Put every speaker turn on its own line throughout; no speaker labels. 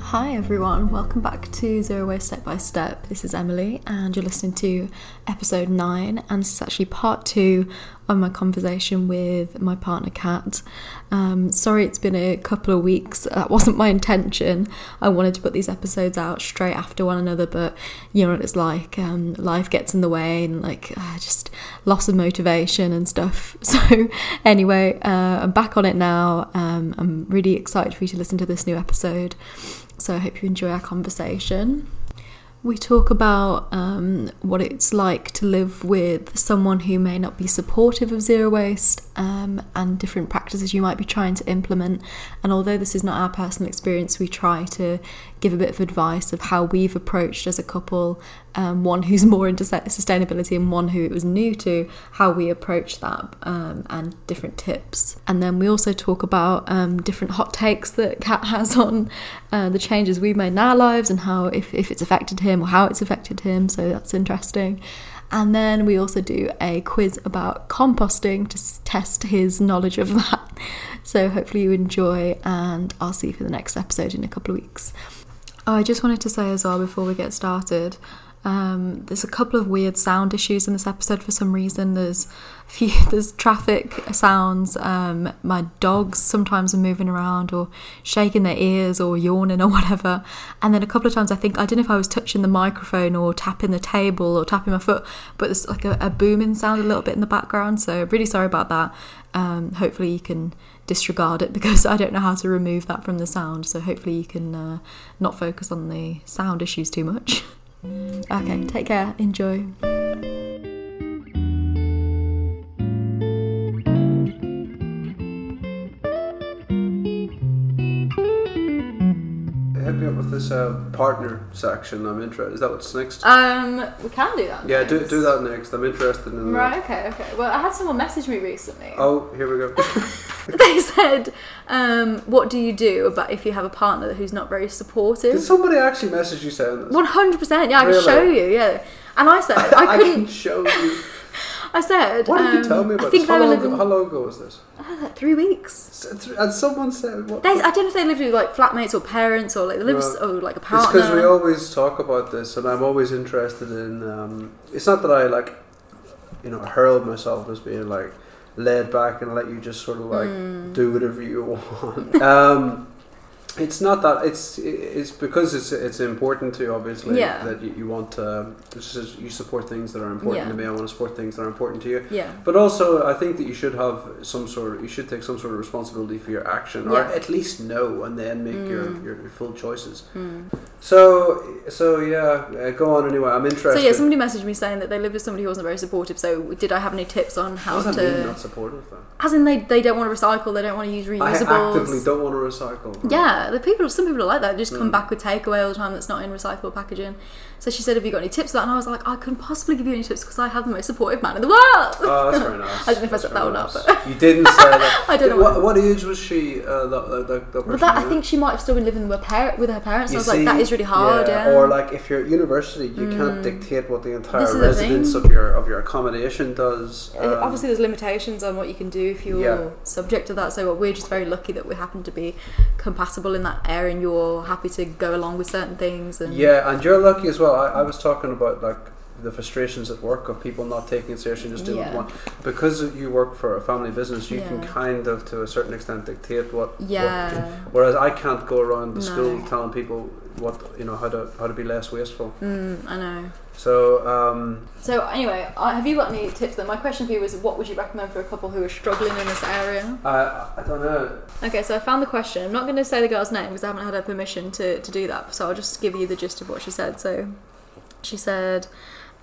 Hi everyone, welcome back to Zero Waste Step by Step. This is Emily, and you're listening to episode 9, and this is actually part 2 of my conversation with my partner Kat. Um, sorry it's been a couple of weeks, that wasn't my intention. I wanted to put these episodes out straight after one another, but you know what it's like, um, life gets in the way, and like uh, just loss of motivation and stuff. So, anyway, uh, I'm back on it now. Um, I'm really excited for you to listen to this new episode. So I hope you enjoy our conversation. We talk about um, what it's like to live with someone who may not be supportive of zero waste um, and different practices you might be trying to implement. And although this is not our personal experience, we try to give a bit of advice of how we've approached as a couple, um, one who's more into sus- sustainability and one who it was new to, how we approach that um, and different tips. And then we also talk about um, different hot takes that Kat has on uh, the changes we've made in our lives and how if, if it's affected him or how it's affected him. So that's interesting. And then we also do a quiz about composting to s- test his knowledge of that. So hopefully you enjoy, and I'll see you for the next episode in a couple of weeks. Oh, I just wanted to say as well before we get started. Um, there's a couple of weird sound issues in this episode for some reason. There's few, there's traffic sounds. Um, my dogs sometimes are moving around or shaking their ears or yawning or whatever. And then a couple of times I think I don't know if I was touching the microphone or tapping the table or tapping my foot, but there's like a, a booming sound a little bit in the background. So really sorry about that. Um, hopefully you can disregard it because I don't know how to remove that from the sound. So hopefully you can uh, not focus on the sound issues too much. okay, take care. Enjoy.
Hit me up with this uh, partner section. I'm interested. Is that what's next?
Um, we can do that.
yeah, do, do that next. I'm interested in. that.
Right. Okay. Okay. Well, I had someone message me recently.
Oh, here we go.
They said, um, "What do you do about if you have a partner who's not very
Did
supportive?"
somebody actually message you saying this?
One hundred percent. Yeah, I
Really?
can show you. Yeah. And I said, I
can
couldn't.
show you.
I said,
What did you
um,
tell me
I
about
think
this? How
they were
long,
living
how long ago was this?
uh, three weeks.
S- th- And someone said what?
They, I don't know if they lived with like flatmates or parents or like they lived with,
Right.
or like a
It's
partner.
because we always talk about this, and I'm always interested in. Um, it's not that I like, you know, hurl myself as being like laid back and let you just sort of like
Hmm.
do whatever you want. um, it's not that. It's it's because it's it's important to obviously
Yeah.
that you, you want to. It's just, you support things that are important
Yeah.
to me. I want to support things that are important to you.
yeah.
But also, I think that you should have some sort. You should take some sort of responsibility for your action, or
Yeah.
at least know, and then make your,
Mm.
your your full choices.
Mm.
So, so yeah, uh, go on anyway. I'm
So
interested.
yeah, somebody messaged me saying that they lived with somebody who wasn't very supportive. So did I have any tips on how
what does that mean?
to?
Not supportive. Though?
As in, they, they don't want to recycle. They don't want to use
I
reusables.
actively don't want to recycle.
Yeah, the people. Some people are like that. They Just come
Mm.
back with takeaway all the time that's not in recyclable packaging. So she said, "Have you got any tips for that?" And I was like, "I couldn't possibly give you any tips because I have the most supportive man in the world."
Oh, that's very nice.
I don't know if I
That's
said
very
that or not,
nice. you didn't say that.
I don't know.
What, what age was she? Uh, that, that, that, that
but
person
that I
you
think she might have still been living with her, par- with her parents.
You
and I was like, that
see,
is really hard. Yeah. Mm.
Or like if you're at university, you can't dictate what the
This
entire
is the
residence
thing.
of your of your accommodation does.
Uh,
um,
Obviously, there's limitations on what you can do if you're
Yeah.
subject to that. So we're just very lucky that we happen to be compatible in that area, and you're happy to go along with certain things. And
Yeah, and you're lucky as well. I, I was talking about like the frustrations at work of people not taking it seriously, and just doing
Yeah.
what one. Because you work for a family business, you can
Yeah.
kind of, to a certain extent, dictate what. what-
yeah,
whereas I can't go around the
No.
school telling people what you know how to how to be less wasteful.
Mm, I know.
So um,
So anyway, uh, have you got any tips? Then my question for you was, what would you recommend for a couple who are struggling in this area?
I I don't know.
Okay, so I found the question. I'm not going to say the girl's name because I haven't had her permission to, to do that. So I'll just give you the gist of what she said. So she said,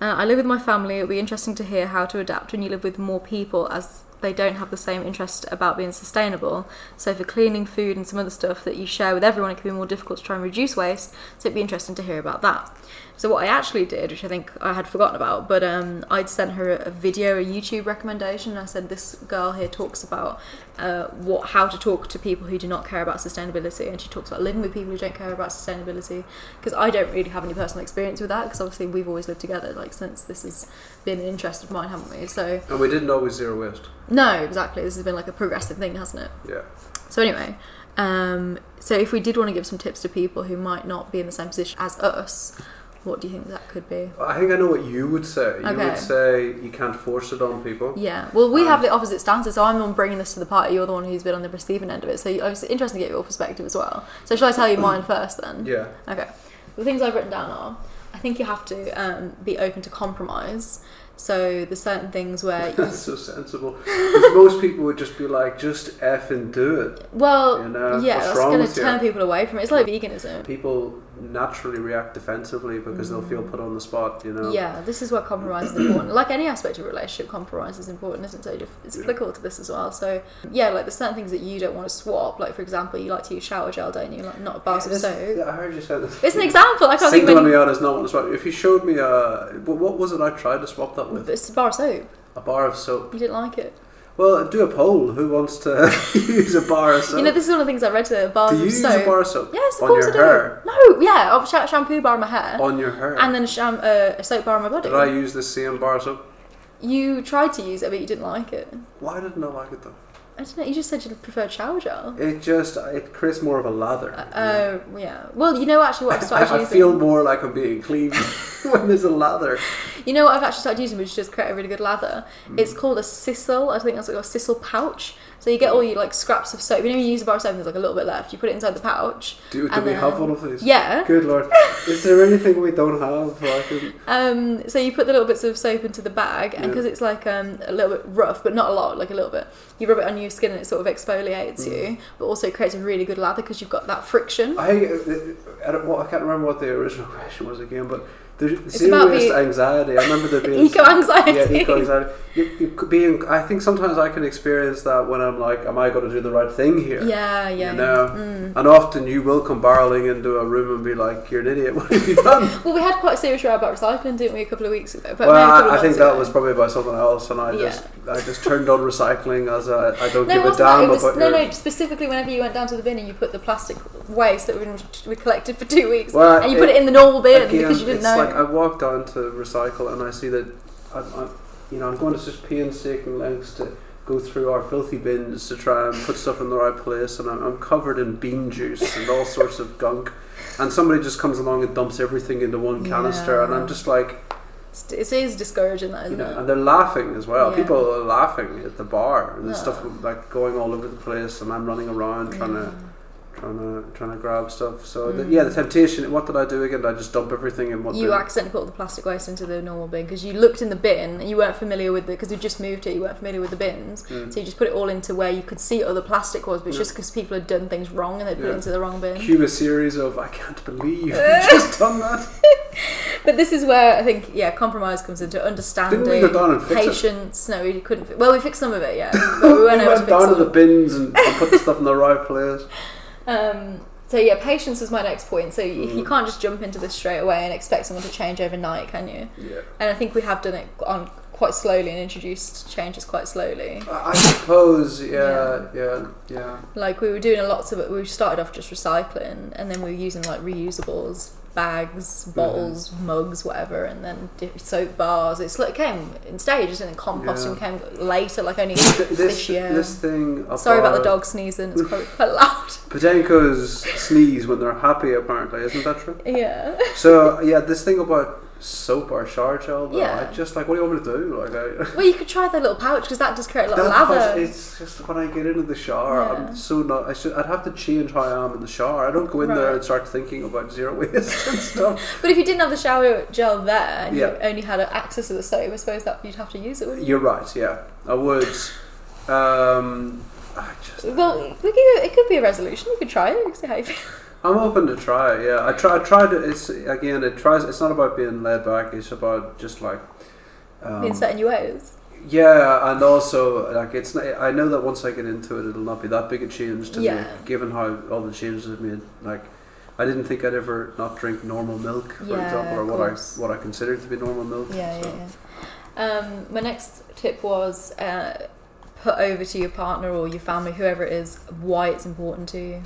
uh, I live with my family. It'll be interesting to hear how to adapt when you live with more people as they don't have the same interest about being sustainable. So for cleaning, food, and some other stuff that you share with everyone, it can be more difficult to try and reduce waste. So it'd be interesting to hear about that. So what I actually did, which I think I had forgotten about, but um, I'd sent her a, a video, a YouTube recommendation. And I said this girl here talks about uh, what how to talk to people who do not care about sustainability, and she talks about living with people who don't care about sustainability. Because I don't really have any personal experience with that, because obviously we've always lived together, like since this has been an interest of mine, haven't we? So
And we didn't always zero waste.
no, exactly. This has been like a progressive thing, hasn't it?
Yeah.
So anyway, um, So if we did want to give some tips to people who might not be in the same position as us, what do you think that could be?
I think I know what you would say. You
Okay.
would say you can't force it on people.
Yeah. Well, we have
Um,
the opposite stances. So I'm on bringing this to the party. You're the one who's been on the receiving end of it. So you- it's interesting to get your perspective as well. So shall I tell you mine first then?
Yeah.
Okay. The things I've written down are I think you have to um, be open to compromise. So there's certain things where you,
That's so sensible. 'Cause most people would just be like, just F and do it.
well,
You know,
yeah,
what's
that's
wrong
going
with
to
you?
turn people away from it. It's like veganism.
People naturally react defensively because they'll feel put on the spot, you know?
Yeah, this is where compromise is important. Like any aspect of a relationship, compromise is important, isn't it? So it- it's
Yeah.
applicable to this as well. So yeah, like there's certain things that you don't want to swap. Like for example, you like to use shower gel, don't you? Like not a bar of
This-
soap.
yeah, I heard you say this.
It's an example. I can't think
Single
of
on
any.
me out is not what it's about. If you showed me a. What what was it I tried to swap that with?
It's a bar of soap.
A bar of soap.
You didn't like it.
Well, do a poll. Who wants to use a bar of soap?
you know, this is one of the things I read today. Bars
do you
of
use
soap.
a bar of soap?
Yes, of
on
course
your
I do.
hair.
No, yeah, I'll sh- shampoo bar on my hair,
On your hair.
and then a, sham- uh, a soap bar on my body.
Did I use this same bar of soap?
You tried to use it, but you didn't like it.
Why didn't I like it though?
I don't know. You just said you preferred shower gel.
It just it creates more of a lather.
Uh, uh, yeah. Well, you know actually what I've started
I, I
using.
feel more like I'm being clean when there's a lather.
You know what I've actually started using, which does create a really good lather.
Hmm.
It's called a sisal. I think that's like a sisal pouch. So you get all your like scraps of soap. You know, when you use a bar of soap, and there's like a little bit left. You put it inside the pouch.
Do, do
And
we have
then-
one of these?
Yeah.
Good lord. Is there anything we don't have? Like, um,
Um, so you put the little bits of soap into the bag, and
Yeah.
because it's like um, a little bit rough, but not a lot, like a little bit, you rub it on your skin and it sort of
Mm.
exfoliates you, but also creates a really good lather because you've got that friction.
I, I, don't, well, I can't remember what the original question was again, but there's
about
serious
the-
anxiety. I remember there being
Eco anxiety.
Yeah, eco anxiety. You, you could be in, I think sometimes I can experience that when I'm like, am I going to do the right thing here?
yeah, yeah.
You know?
Mm.
And often you will come barreling into a room and be like, you're an idiot. What have you done?
Well, we had quite a serious row about recycling, didn't we, a couple of weeks ago? But maybe a
well,
couple
I,
of
I think
months
that
ago.
was probably about something else, and I
Yeah.
just I just turned on recycling as a I don't
No,
give a
wasn't that?
damn
It was,
about
no,
your.
no. Specifically, whenever you went down to the bin and you put the plastic waste that we, we collected for two weeks,
Well,
and you put it in the normal bin
again,
because you didn't
it's
know.
like I walk down to recycle and I see that I'm, I'm you know I'm going to such painstaking lengths to go through our filthy bins to try and put stuff in the right place, and I'm, I'm covered in bean juice and all sorts of gunk, and somebody just comes along and dumps everything into one canister, and
Yeah.
I'm just like.
It's- it is discouraging, that
you
isn't
know,
it?
and they're laughing as well.
Yeah.
People are laughing at the bar and
Yeah.
there's stuff like going all over the place, and I'm running around trying to trying to trying to grab stuff. So the,
Mm.
yeah, the temptation. What did I do again? Did I just dump everything in mm, one.
you
bin?
accidentally put all the plastic waste into the normal bin because you looked in the bin and you weren't familiar with it because we just moved here. You weren't familiar with the bins,
Mm.
so you just put it all into where you could see other plastic was, but it's
Yeah.
just because people had done things wrong and they put it
Yeah.
into the wrong bin.
Cue a series of I can't believe you just done that.
But this is where I think yeah, compromise comes into understanding,
Didn't we go down and fix it?
patience. No, we couldn't. fi- Well, we fixed some of it, yeah, but we weren't
we
able to
went
fix
down
all
to
of
the
it.
bins and, and put the stuff in the right place.
Um, so yeah, patience was my next point. So you you
Mm.
can't just jump into this straight away and expect someone to change overnight, can you?
Yeah.
And I think we have done it on quite slowly and introduced changes quite slowly.
I I suppose, yeah, yeah, yeah.
Like we were doing a lot of it. We started off just recycling, and then we were using like reusables, bags,
Mm-hmm.
bottles, mugs, whatever, and then di- soap bars. It's like it came in stages, and then composting came later, like only
Th-
this,
This
year.
this uh, thing.
Sorry about the dog sneezing. It's probably quite loud.
Padenko's sneeze when they're happy. Apparently, isn't that true?
Yeah.
So yeah, this thing about soap or shower gel, though,
Yeah.
I just like what do you want me to do? Like I,
Well, you could try the little pouch because that does create a lot of
That
lather.
was- it's just when I get into the shower,
Yeah.
I'm so not. I should, I'd have to change how I am in the shower. I don't go in there
Right.
and start thinking about zero waste and stuff.
But if you didn't have the shower gel there, and you
Yeah.
only had access to the soap, I suppose that you'd have to use it. Wouldn't you?
You're right. Yeah, I would. Um, I just.
Well, we could, it could be a resolution. You could try it. You could see how you feel.
I'm open to try it. Yeah, I try. I tried it. It's again. It tries. It's not about being laid back. It's about just like. Um,
Being set in your ways.
Yeah, and also like it's. Not, I know that once I get into it, it'll not be that big a change to
Yeah.
me, given how all the changes I've made. Like, I didn't think I'd ever not drink normal milk, for
Yeah,
example, or
of
what
course.
I what I consider to be normal milk.
Yeah,
so.
yeah, yeah. Um, my next tip was uh, put over to your partner or your family, whoever it is, why it's important to you.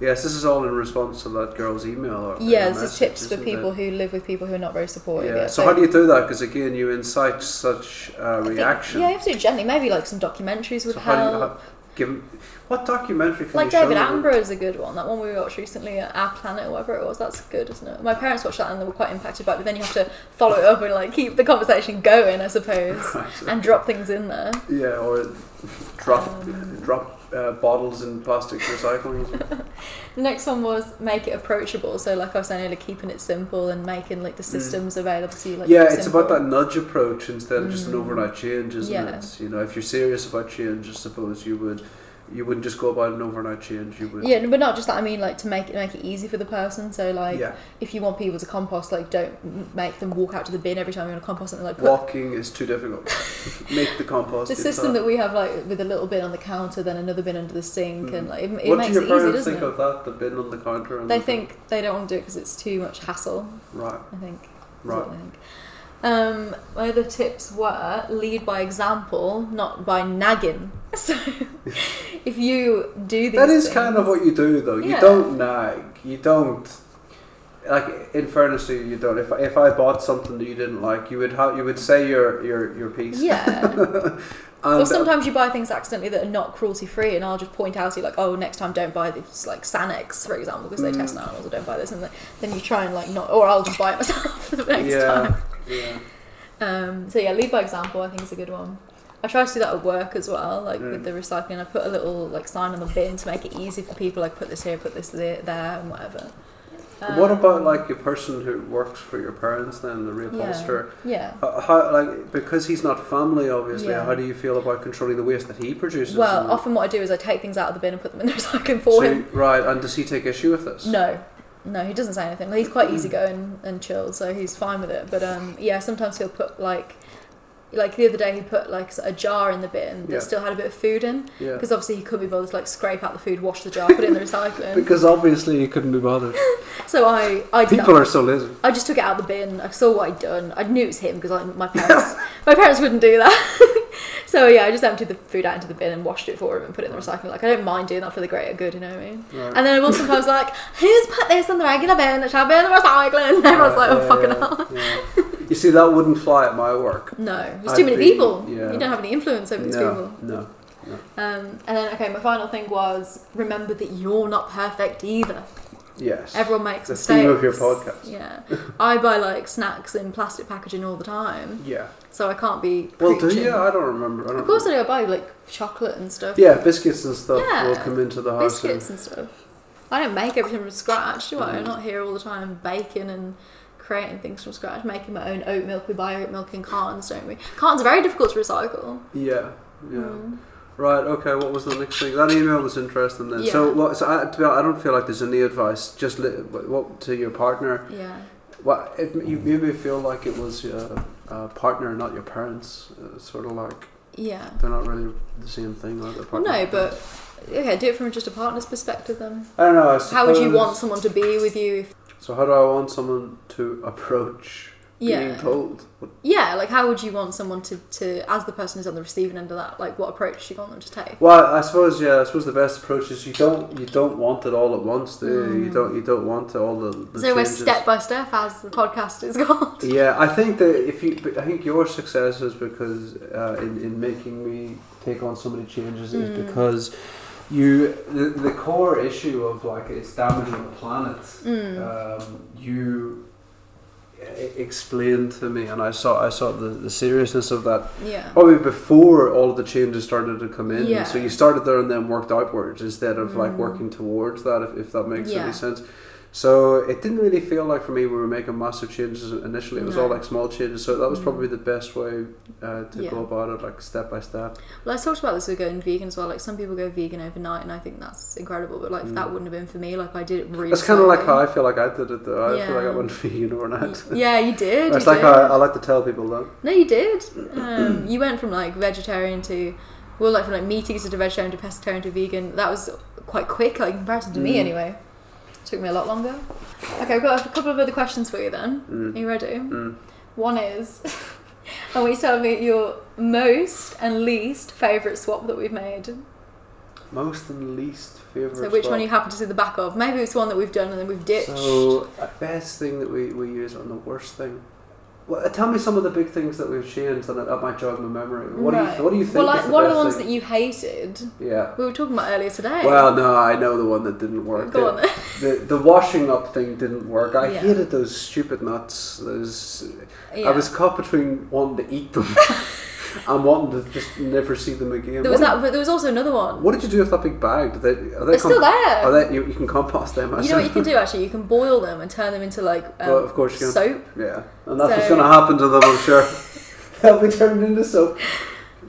Yes, this is all in response to that girl's email. Or
yeah,
or
this is
message,
tips for
isn't it?
people who live with people who are not very supportive.
Yeah. So how do you do that? Because again, you incite such uh,
I think-
reaction.
Yeah, you have to do it gently. Maybe like some documentaries would
So how do you-
help.
give 'em- what documentary can
Like
you show
David
them?
Attenborough is a good one. That one we watched recently, uh, Our Planet, or whatever it was. That's good, isn't it? My parents watched that and they were quite impacted by it. But then you have to follow it up and like keep the conversation going, I suppose, and drop things in there.
Yeah, or drop
Um.
drop uh, bottles in plastic recycling.
The next one was make it approachable. So like I was saying earlier, keeping it simple and making like the systems available to you. Like,
Mm. yeah,
keep it
it's about
simple. Mm.
that nudge approach instead of just an overnight change, isn't
Yeah.
it? You know, if you're serious about change, I suppose you would you wouldn't just go about an overnight change. You would.
Yeah, no, but not just that. I mean, like to make it make it easy for the person. So like,
Yeah.
if you want people to compost, like don't m- make them walk out to the bin every time you want to compost something. Like put
Walking is too difficult. Make the compost.
the system
yourself.
that we have, like with a little bin on the counter, then another bin under the sink, and like it, it
Mm. what
makes
do
it
your
easy,
parents
doesn't
think
it?
of that? The bin on the counter. And
They
the-
think they don't want to do it because it's too much hassle.
Right.
I think. is
Right.
what I think. Um, my other tips were lead by example, not by nagging. So if you do these,
That is
things-
kind of what you do, though. You
Yeah.
don't nag. You don't. Like in fairness to you, you don't. If, if I bought something that you didn't like, you would ha- you would say your your your piece.
Yeah.
And,
or sometimes you buy things accidentally that are not cruelty free, and I'll just point out to you like, oh, next time don't buy this like Sanex, for example, because they
Mm.
test on animals, or don't buy this, and then- then you try and like not, or I'll just buy it myself the next
yeah,
time.
yeah.
Um, so yeah, lead by example, I think is a good one. I try to do that at work as well, like
Mm.
with the recycling. I put a little like sign on the bin to make it easy for people. Like put this here, put this there, there and whatever. Um,
what about like a person who works for your parents then the reupholsterer?
Yeah.
Uh, How like because he's not family, obviously.
Yeah.
How do you feel about controlling the waste that he produces?
Well,
And-
often what I do is I take things out of the bin and put them in the recycling
so,
for him.
right? And does he take issue with this?
No, no, he doesn't say anything. Like, he's
Mm.
quite easygoing and chilled, so he's fine with it. But um, yeah, sometimes he'll put like, like the other day he put like a jar in the bin that
Yeah.
still had a bit of food in
Yeah.
because obviously he couldn't be bothered to like scrape out the food, wash the jar, put it in the recycling.
Because obviously he couldn't be bothered.
So I, I did
People
that.
are so lazy.
I just took it out of the bin. I saw what I'd done. I knew it was him because my parents, my parents wouldn't do that. so yeah, I just emptied the food out into the bin and washed it for him and put it in the recycling. Like I don't mind doing that for the greater good, you know what I mean?
Right.
And then I will sometimes like, who's put this in the regular bin? It shall be in the recycling. And everyone's like,
Right,
oh
yeah,
fucking
yeah,
hell.
yeah. You see, that wouldn't fly at my work.
No, there's
I'd
too many
be-
people.
yeah.
You don't have any influence over these people.
No, no.
Um, and then okay, my final thing was remember that you're not perfect either.
Yes.
Everyone makes
The
mistakes.
theme of your podcast.
Yeah, I buy like snacks in plastic packaging all the time.
yeah.
So I can't be.
Well, do
preaching.
you? I don't remember. I don't
Of course I
remember.
do. I buy like chocolate and stuff,
Yeah, biscuits and stuff
Yeah.
will come into the house.
biscuits and stuff. I don't make everything from scratch, do I? I'm not here all the time baking and creating things from scratch, making my own oat milk. We buy oat milk in cartons, don't we? Cartons are very difficult to recycle.
And, yeah. Yeah.
Mm.
Right. Okay. What was the next thing? That email was interesting. Then. So,
Yeah.
what, so I, to be honest, I don't feel like there's any advice. Just li- what, what to your partner.
Yeah.
What it, you made me feel like it was your uh, partner, not your parents. Uh, sort of like
Yeah.
they're not really the same thing. Like their
Well,
partner.
no, but okay, do it from just a partner's perspective then.
I don't know. I
How would you
suppose-
want someone to be with you? If,
So how do I want someone to approach being
yeah.
told?
Yeah, like how would you want someone to, to, as the person who's on the receiving end of that, like what approach do you want them to take?
Well, I suppose yeah. I suppose the best approach is you don't you don't want it all at once. Do you?
Mm.
you don't you don't want all the, the
So we're
changes.
step by step as the podcast is called.
Yeah, I think that if you, but I think your success is because uh, in in making me take on so many changes is because you the, the core issue of like it's damaging the planet.
Mm.
Um, you e- explained to me, and I saw I saw the, the seriousness of that
Yeah.
probably before all of the changes started to come in.
Yeah. Mm-hmm.
So you started there and then worked outwards instead of like working towards that, if, if that makes
Yeah.
any sense. So it didn't really feel like for me we were making massive changes initially. It was all
No. Mm.
like small changes. So that was probably the best way uh, to
Yeah.
go about it, like step by step.
Well, I talked about this with going vegan as well. Like some people go vegan overnight, and I think that's incredible. But like that wouldn't have been for me. Like I did it really.
Mm. That's kind of like how
slowly.
I feel like I did it though. I feel like I
Yeah.
went vegan overnight.
Yeah, you did.
That's
you
like
did.
how I, I like to tell people that.
No, you did. Um, you went from like vegetarian to, well, like from like meat eater to vegetarian to pescatarian to vegan. That was quite quick, like in comparison to
Mm.
me, anyway. Took me a lot longer. Okay, I've got a couple of other questions for you then. Are you ready?
Mm.
One is, I want you to tell me your most and least favorite swap that we've made.
Most and least favorite.
So which
spot.
one you happen to see the back of? Maybe it's one that we've done and then we've ditched.
So, a best thing that we, we use on the worst thing. Well, uh, tell me some of the big things that we've changed, and that, that might jog my memory. What do
Right.
you What do you think?
Well,
is
like
the
one of
best
the ones
thing?
that you hated.
Yeah.
We were talking about earlier today.
Well, no, I know the one that didn't work.
go
The-
on. Then.
the the washing up thing didn't work. I
Yeah.
hated those stupid nuts. Those
yeah.
I was caught between wanting to eat them and wanting to just never see them again.
there was
what,
that, but there was also another one.
What did you do with that big bag? Did they, are they
They're still there.
Are they, you, you can compost them. I
you know what you
said.
can do actually? You can boil them and turn them into like um,
Well, of course you can.
soap.
Yeah, and that's what's
So-
going to happen to them. I'm sure they'll be turned into soap.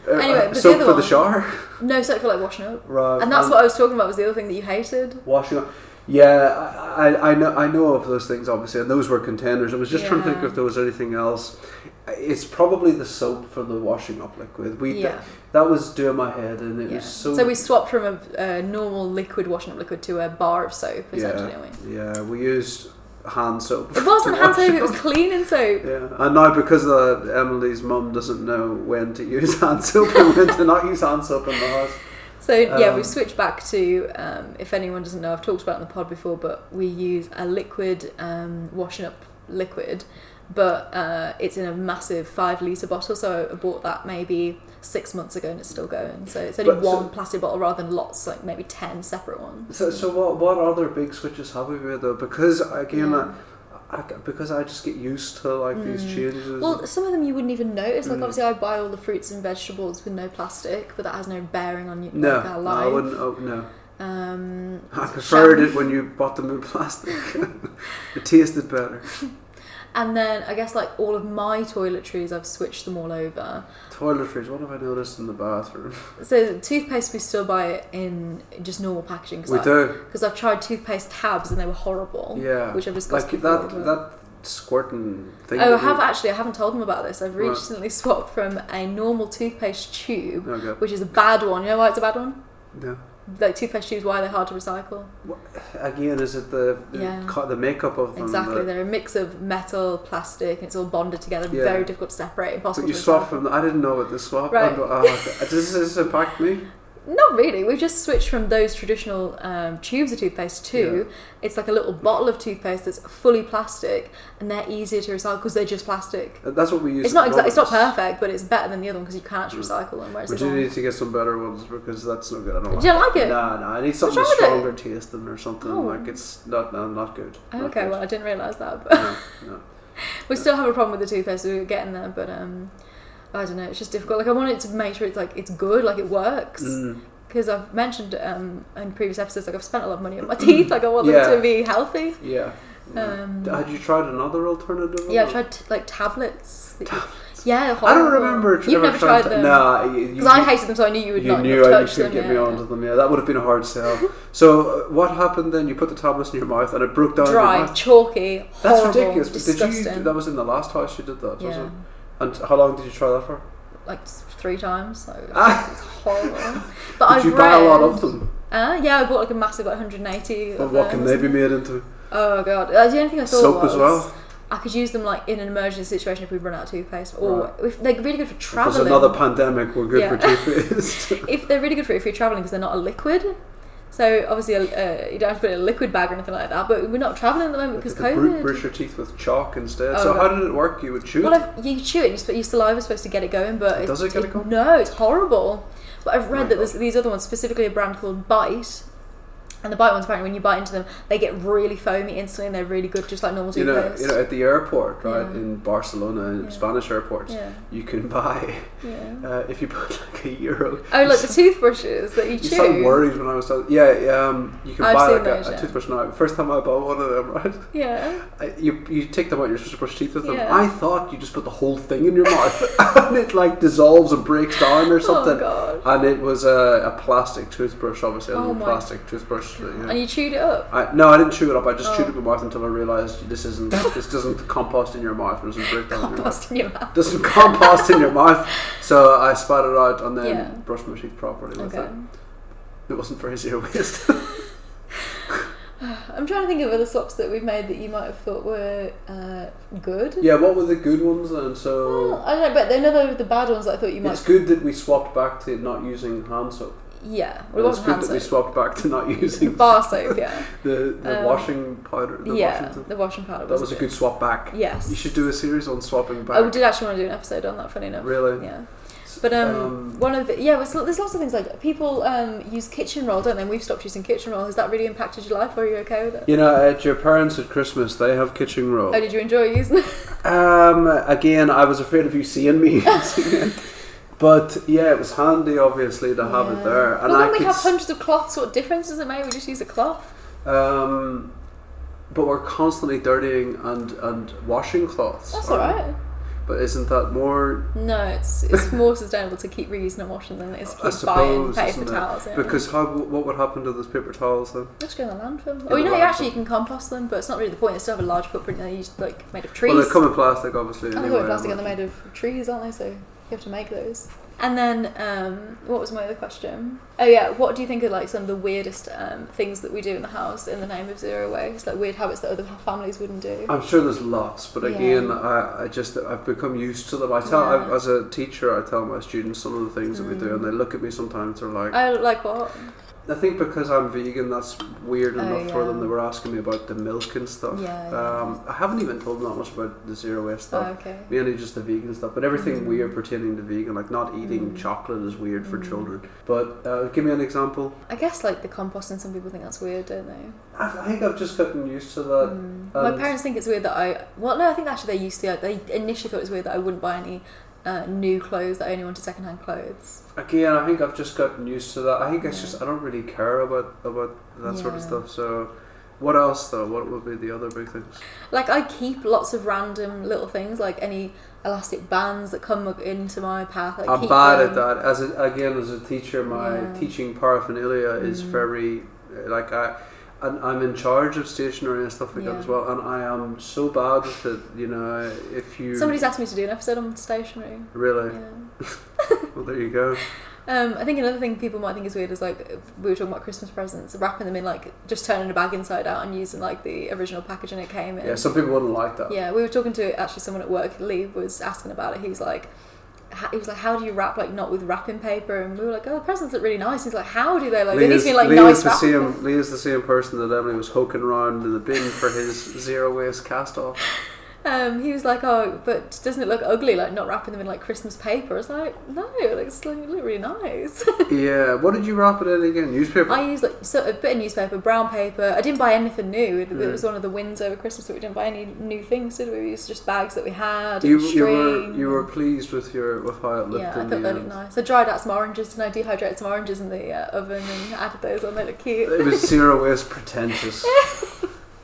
Uh,
Anyway, but the
soap
other
for
one-
the shower.
No, soap for like washing up.
Right.
And that's what I was talking about was the other thing that you hated.
washing up. Yeah, I, I- I know I know of those things obviously, and those were containers. I was just trying to think
Yeah.
if there was anything else. It's probably the soap for the washing up liquid. We
yeah.
that was doing my head, and it
yeah.
was so.
we swapped from a, a normal liquid washing up liquid to a bar of soap, essentially,
yeah,
didn't
yeah, we used hand soap.
we? It wasn't
to
hand
wash
soap, it was
up.
cleaning soap.
Yeah, and now because of that, Emily's mum doesn't know when to use hand soap and when to not use hand soap in the house.
So yeah,
Um,
we switched back to um, if anyone doesn't know, I've talked about it on the pod before, but we use a liquid um, washing up liquid, but uh, it's in a massive five liter bottle. So I bought that maybe six months ago, and it's still going. So it's only
But so-
one plastic bottle rather than lots, like maybe ten separate ones.
So, so what what other big switches have we made though? Because again,
Yeah.
I, I, because I just get used to like these
Mm.
changes.
Well, some of them you wouldn't even notice. Like
Mm.
obviously, I buy all the fruits and vegetables with no plastic, but that has no bearing on you.
no,
like, our
no,
life.
I wouldn't. Oh, no,
Um,
I preferred
sham-
it when you bought them in plastic. it tasted better.
And then I guess like all of my toiletries, I've switched them all over.
Toiletries. What have I noticed in the bathroom?
So toothpaste, we still buy it in just normal packaging
we
because
do.
because I've tried toothpaste tabs and they were horrible.
Yeah,
which I've discussed
like
before,
that
but-
that squirting thing.
Oh, I
that you-
have actually. I haven't told them about this. I've
Right.
recently swapped from a normal toothpaste tube,
No, go.
which is a bad one. You know why it's a bad one?
No.
Like toothpaste tubes, why they're hard to recycle.
Again, is it the the,
Yeah.
co- the makeup of them?
Exactly,
that-
they're a mix of metal, plastic, and it's all bonded together.
Yeah.
Very difficult to separate. Impossible.
But you
to
swap
recycle.
from. The, I didn't know what the swap.
Right.
and- oh, does this impact me?
Not really. We've just switched from those traditional um, tubes of toothpaste to it's like a little bottle of toothpaste that's fully plastic, and they're easier to recycle because they're just plastic.
That's what we use.
It's not
at
exact. It's not
Roberts.
perfect, but it's better than the other one because you can actually
Mm.
recycle them. Whereas
We
the
do
one-
need to get some better ones because that's not good. I don't
Do you
like.
like it?
Nah, nah. I need something
wrong
with
with it?
stronger tasting or something.
Oh.
Like it's not, no, not good.
Oh,
Not
okay,
good.
well I didn't realise that, but
no, no.
we still have a problem with the toothpaste. We're getting there, but um, I don't know. It's just difficult. Like I wanted to make sure it's like it's good, like it works.
Mm.
Because I've mentioned um, in previous episodes, like I've spent a lot of money on my teeth. Like I want
Yeah.
them to be healthy.
Yeah. yeah.
Um,
Had you tried another alternative?
Yeah,
or-
I've tried t- like tablets. that you- Yeah,
I don't
horrible.
remember.
You've never tried
to-
them.
Nah, you, you,
Because I hated them, so I knew you would
you
not
knew
have
I you
touched
could
them.
get
yeah.
me onto them. Yeah, that would have been a hard sell. so uh, what happened then? You put the tablets in your mouth and it broke down. in your
Dry,
mouth.
chalky, horrible,
That's ridiculous. But
disgusting.
Did you? That was in the last house you did that, was
yeah,
it? And how long did you try that for?
like s- three times. So
Ah.
it's horrible. But
Did
I've
you
read,
buy a lot of them?
Uh, yeah, I bought like a massive, like 180.
But
of
what can
those.
they be made into?
Oh god, that's the only thing I thought
Soap
was
as well.
I could use them like in an emergency situation if we run out of toothpaste, or
Right.
if they're really good for
If there's
traveling.
another pandemic, we're good for
Yeah.
toothpaste.
if they're really good for if you're traveling because they're not a liquid. So obviously uh, you don't have to put it in a liquid bag or anything like that. But we're not traveling at the moment
You
because
could bru-
COVID.
brush your teeth with chalk instead.
Oh,
so how
right.
did it work? You would chew
well,
it?
if you chew it, you sp- your saliva's supposed to get it going, but
Does it get it going?
No, it's horrible. But I've read
my
that there's these other ones, specifically a brand called Bite. And the bite ones, apparently, when you bite into them, they get really foamy instantly, and they're really good, just like normal
You know,
toothpaste.
you know, at the airport, right
Yeah.
in Barcelona, in
Yeah.
Spanish airports,
yeah,
you can buy
yeah.
uh, if you put like a euro.
Oh, like the toothbrushes that you
You
chew.
sound worried when I was talking. Yeah, yeah, um, you can
I've
buy
seen
like a,
those,
a
yeah.
toothbrush now. First time I bought one of them, right?
Yeah,
I- you you take them out, you're supposed to brush teeth with them.
Yeah.
I thought you just put the whole thing in your mouth and it like dissolves and breaks down or
Oh
something.
god.
and it was a, a plastic toothbrush, obviously, a
Oh
little
my
plastic toothbrush. that, you know.
And you chewed it up.
I, no, I didn't chew it up. I just
Oh.
chewed it with my mouth until I realised this isn't this doesn't compost in your mouth. It doesn't break down. in your mouth.
Compost in your mouth.
Doesn't compost in your mouth. So I spat it out and then
Yeah.
brushed my teeth properly with
Okay.
it. It wasn't very zero waste.
I'm trying to think of other swaps that we've made that you might have thought were uh, good.
yeah, what were the good ones then? So.
Well, I don't know, but they're another of the bad ones that I thought you might.
It's good that we swapped back to not using hand soap.
Yeah, well, it
Well, it's
wasn't
good
hand
that we
soap.
swapped back to not using
Bar soap, yeah.
the, the
Um,
washing powder. The
yeah,
washing
the washing powder.
that was a good swap back.
Yes.
You should do a series on swapping back.
I did actually want to do an episode on that. Funny enough.
Really?
Yeah. But um, one of the yeah, there's, there's lots of things like people um, use kitchen roll, don't they? And we've stopped using kitchen roll. Has that really impacted your life? Or are you okay with it?
you know, at your parents at Christmas, they have kitchen roll.
Oh, did you enjoy using it?
Um, again, I was afraid of you seeing me. using it. But yeah, it was handy, obviously, to have it
Yeah.
there. And
well,
I
then we
could
have
s-
hundreds of cloths. What difference does it make? We just use a cloth.
Um, but we're constantly dirtying and, and washing cloths.
That's all
aren't we?
right.
But isn't that more
No, it's it's more sustainable to keep reusing and washing than it is to
I
keep buying
suppose,
paper
isn't it?
towels. Yeah.
because how what would happen to those paper towels then?
just go in the landfill.
Yeah,
oh, you
the
know, you
landfill.
actually you can compost them, but it's not really the point. They still have a large footprint. They're used like made of trees.
Well, they come in plastic, obviously.
And they're
anyway,
made of plastic and
but-
they're made of trees, aren't they? So you have to make those. And then, um, what was my other question? Oh yeah, what do you think are like some of the weirdest um, things that we do in the house in the name of zero waste? Like weird habits that other families wouldn't do.
I'm sure there's lots, but
Yeah.
again, I, I just I've become used to them. I tell
Yeah.
I, as a teacher, I tell my students some of the things that we do,
Mm.
and they look at me sometimes. They're like,
Oh, like what?
I think because I'm vegan, that's weird
Oh,
enough for
yeah.
them. They were asking me about the milk and stuff.
Yeah. yeah.
Um, I haven't even told them that much about the zero waste
oh,
stuff.
okay.
Mainly just the vegan stuff, but everything
Mm.
weird pertaining to vegan, like not eating
Mm.
chocolate, is weird for
Mm.
children. But uh, give me an example.
I guess like the composting. Some people think that's weird, don't they?
I, I think I've just gotten used to that.
Mm. My
and-
parents think it's weird that I. Well, no, I think actually they used to. Like, they initially thought it was weird that I wouldn't buy any uh, new clothes. That I only wanted secondhand clothes.
Again, I think I've just gotten used to that. I think it's
Yeah.
just I don't really care about about that sort of
Yeah.
stuff. So, what else though? What would be the other big things?
Like I keep lots of random little things, like any elastic bands that come up into my path. I
I'm
keep
bad at
them.
that. As a, again, as a teacher, my
Yeah.
teaching paraphernalia is
Mm.
very like I, and I'm in charge of stationery and stuff like that
Yeah.
as well. And I am so bad with it. You know, if you
Somebody's asked me to do an episode on stationery.
really
Yeah.
well, there you go.
Um, I think another thing people might think is weird is like we were talking about Christmas presents, wrapping them in like just turning a bag inside out and using like the original packaging it came in.
Yeah, some people wouldn't like that.
Yeah, we were talking to actually someone at work. Lee was asking about it. He was like, h- he was like, how do you wrap like not with wrapping paper? And we were like, oh, the presents look really nice. He's like, how do they like?
Lee
they need
is,
to be like
Lee
nice
is the
wrapping.
same. Lee is the same person that Emily was hoking around in the bin for his zero waste cast off.
Um, he was like, "Oh, but doesn't it look ugly? Like not wrapping them in like Christmas paper?" I was like, "No, like, it's like, look really nice."
Yeah, what did you wrap it in again? Newspaper.
I used like so a bit of newspaper, brown paper. I didn't buy anything new. It, it
Mm.
was one of the wins over Christmas that we didn't buy any new things, did we? We used just bags that we had.
you,
and
you were
string.
you were pleased with your with how it looked
Yeah, I thought
in the
they
end.
looked nice. I dried out some oranges and I dehydrated some oranges in the uh, oven and added those on. They look cute.
It was zero waste pretentious.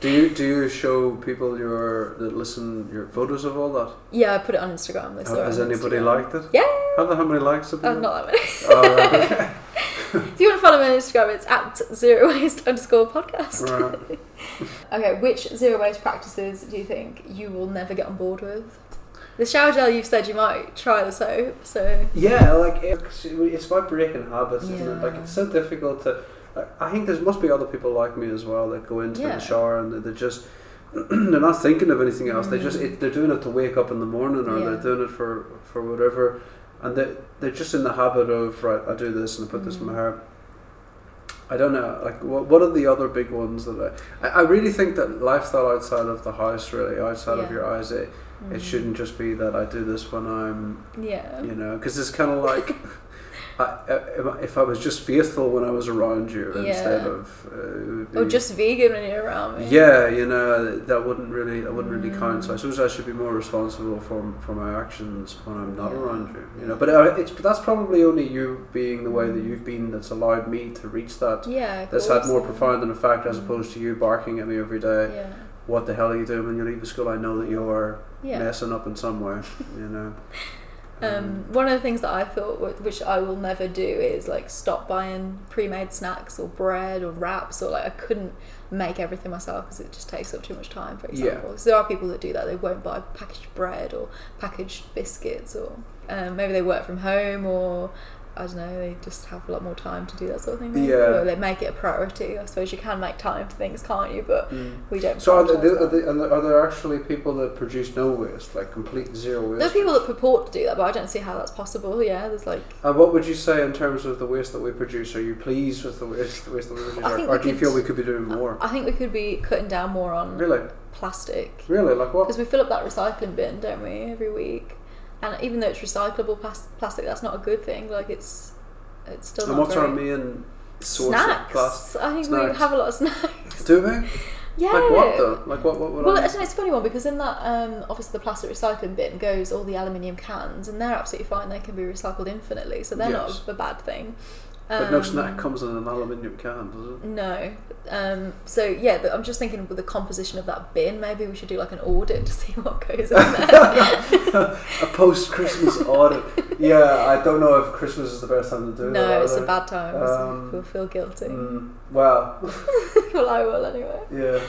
do you do you show people your that listen your photos of all that?
Yeah, I put it on Instagram. They saw it
Has
on
anybody
Instagram.
liked it?
Yeah.
How, the- how many likes have you?
Oh, not that many.
Oh, right, okay.
if you want to follow me on Instagram, it's at zero waste underscore podcast.
Right.
Okay, which zero waste practices do you think you will never get on board with? The shower gel you've said you might try the soap, so
Yeah, like it's, it's about breaking habits, isn't it? Like
Yeah.
it's so difficult to. I- I think there must be other people like me as well that go into
Yeah.
the shower and they- they're just they're not thinking of anything else. They just it, they're doing it to wake up in the morning or
Mm. Yeah.
they're doing it for for whatever, and they they're just in the habit of right. I do this and I put this in my
Mm.
hair. I don't know. Like what what are the other big ones that I I, I really think that lifestyle outside of the house, really outside of
Yeah.
your eyes, it,
mm,
it shouldn't just be that I do this when I'm
Yeah.
you know because it's kind of like I, uh, I- if i was just faithful when i was around you
Yeah.
instead of uh, it would
Or
be-
just vegan when you're around me.
yeah you know that wouldn't really that wouldn't really count so i
Mm.
suppose i should be more responsible for for my actions when i'm not
Yeah.
around you you know but uh, it's that's probably only you being the way that you've been that's allowed me to reach that
Yeah. of
that's had
course,
more
yeah.
profound an effect as
Mm.
opposed to you barking at me every day
Yeah.
what the hell are you doing when you leave the school i know that you're
Yeah.
messing up in some way you know
Um, one of the things that I thought, wa- which I will never do, is like stop buying pre-made snacks or bread or wraps or like I couldn't make everything myself because it just takes up too much time. For
Yeah.
example, 'Cause there are people that do that. They won't buy packaged bread or packaged biscuits or um, maybe they work from home or I don't know, they just have a lot more time to do that sort of thing. maybe,
Yeah.
Or they make it a priority. I suppose you can make time for things, can't you? But
Mm.
we don't.
So are
prioritise
there, are,
that.
there, are there- are there actually people that produce no waste, like complete zero waste?
There are people that purport to do that, but I don't see how that's possible. Yeah, there's like.
And what would you say in terms of the waste that we produce? Are you pleased with the waste, the waste that we produce,
I
or,
think
or
we
do you
could-
feel we could be doing more?
I think we could be cutting down more on
Really,
plastic.
really, like what?
Because we fill up that recycling bin, don't we, every week? And even though it's recyclable plas- plastic, that's not a good thing. Like it's, it's still
And
not
what's
very.
our main source of
snacks.
plastic?
I think
Snacks.
we have a lot of snacks.
Do we?
yeah.
Like what though? Like what? What would
Well,
I?
it's, it's a funny one because in that um, obviously the plastic recycling bin goes all the aluminium cans, and they're absolutely fine. They can be recycled infinitely, so they're
Yes.
not a bad thing.
But no
Um,
snack comes in an aluminium can, does it?
No. Um, so yeah, but I'm just thinking with the composition of that bin, maybe we should do like an audit to see what goes in there.
A post Christmas audit. Yeah, I don't know if Christmas is the best time to do that.
no, it's a
either.
bad time. so
Um,
we'll feel guilty.
Mm, wow.
well, I will anyway.
Yeah.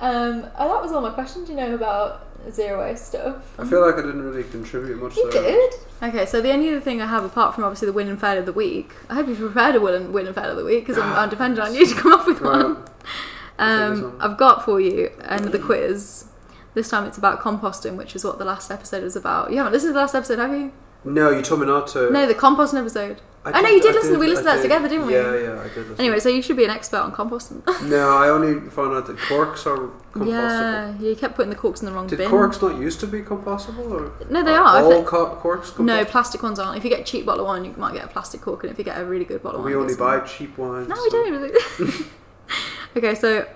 Um, oh, that was all my questions. You know about zero waste stuff.
I feel like I didn't really contribute much.
You
there.
did.
Okay, so the only other thing I have, apart from obviously the win and fail of the week, I hope you've prepared a win and, win and fail of the week because I'm, I'm dependent on you to come up with
Right.
one.
I'll take this
Um,
one.
I've got for you another quiz. This time it's about composting, which is what the last episode was about. You haven't listened to the last episode, have you?
No, you told me not to.
No, the composting episode.
I
Oh, no, you did listen. We listened to that together, didn't we?
Yeah, yeah, I did listen.
Anyway, so you should be an expert on composting.
No, I only found out that corks are compossible.
yeah, you kept putting the corks in the wrong
Did
bin.
corks not used to be compossible? Or
No, they
are
are. I
all
think-
co- corks compossible?
No, plastic ones aren't. If you get a cheap bottle of wine, you might get a plastic cork, and if you get a really good bottle of wine,
we
you
only
get some-
buy cheap wines.
No, we
so-
don't really. okay, so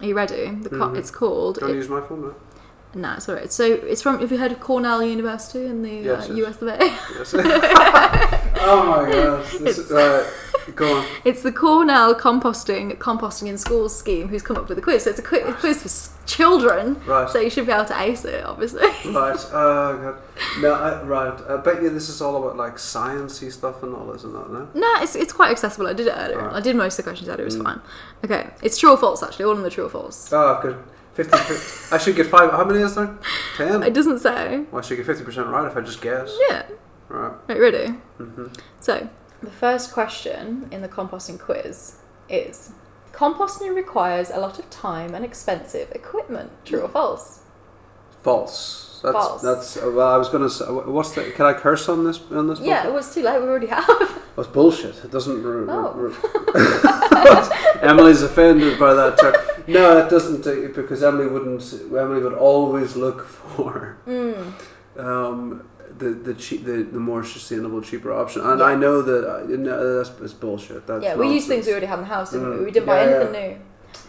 are you ready? The co-
Mhm.
It's called.
Do I
It,
use my phone now?
no, it's alright. So it's from. Have you heard of Cornell University in the
Yes,
uh,
yes.
US of A?
Yes. oh my gosh. This is, right, go on.
It's the Cornell Composting Composting in Schools scheme who's come up with the quiz. So it's a quiz, quiz for s- children.
Right.
So you should be able to ace it, obviously.
Right. Oh god. No. I, right. I bet you this is all about like sciencey stuff and all, isn't it? No.
No, it's, it's quite accessible. I did it earlier.
Alright.
I did most of the questions earlier. It was
Mm.
fine. Okay, it's true or false actually. All of them are true or false.
Oh, I've got fifty. I should get five. How many is there? Ten.
It doesn't say.
Well, I should get fifty percent right if I just guess.
Yeah.
Right.
Right, ready.
Mm-hmm.
So
The first question in the composting quiz is Composting requires a lot of time and expensive equipment. True or false?
False. That's
False.
that's. uh, Well, I was gonna. Say, wh- what's the? Can I curse on this? On this?
Yeah, it was too late. We already have.
That's bullshit. It doesn't. Re- re-
Oh.
re- Emily's offended by that term. No, it doesn't. uh, Because Emily wouldn't. Emily would always look for.
Hmm.
Mm.
um, the the, cheap, the the more sustainable, cheaper option. And
Yeah.
I know that I, no, that's, that's bullshit. That's
Yeah, we used things we
nonsense.
already had in the house, didn't
Mm.
we? We didn't buy
Yeah,
anything new.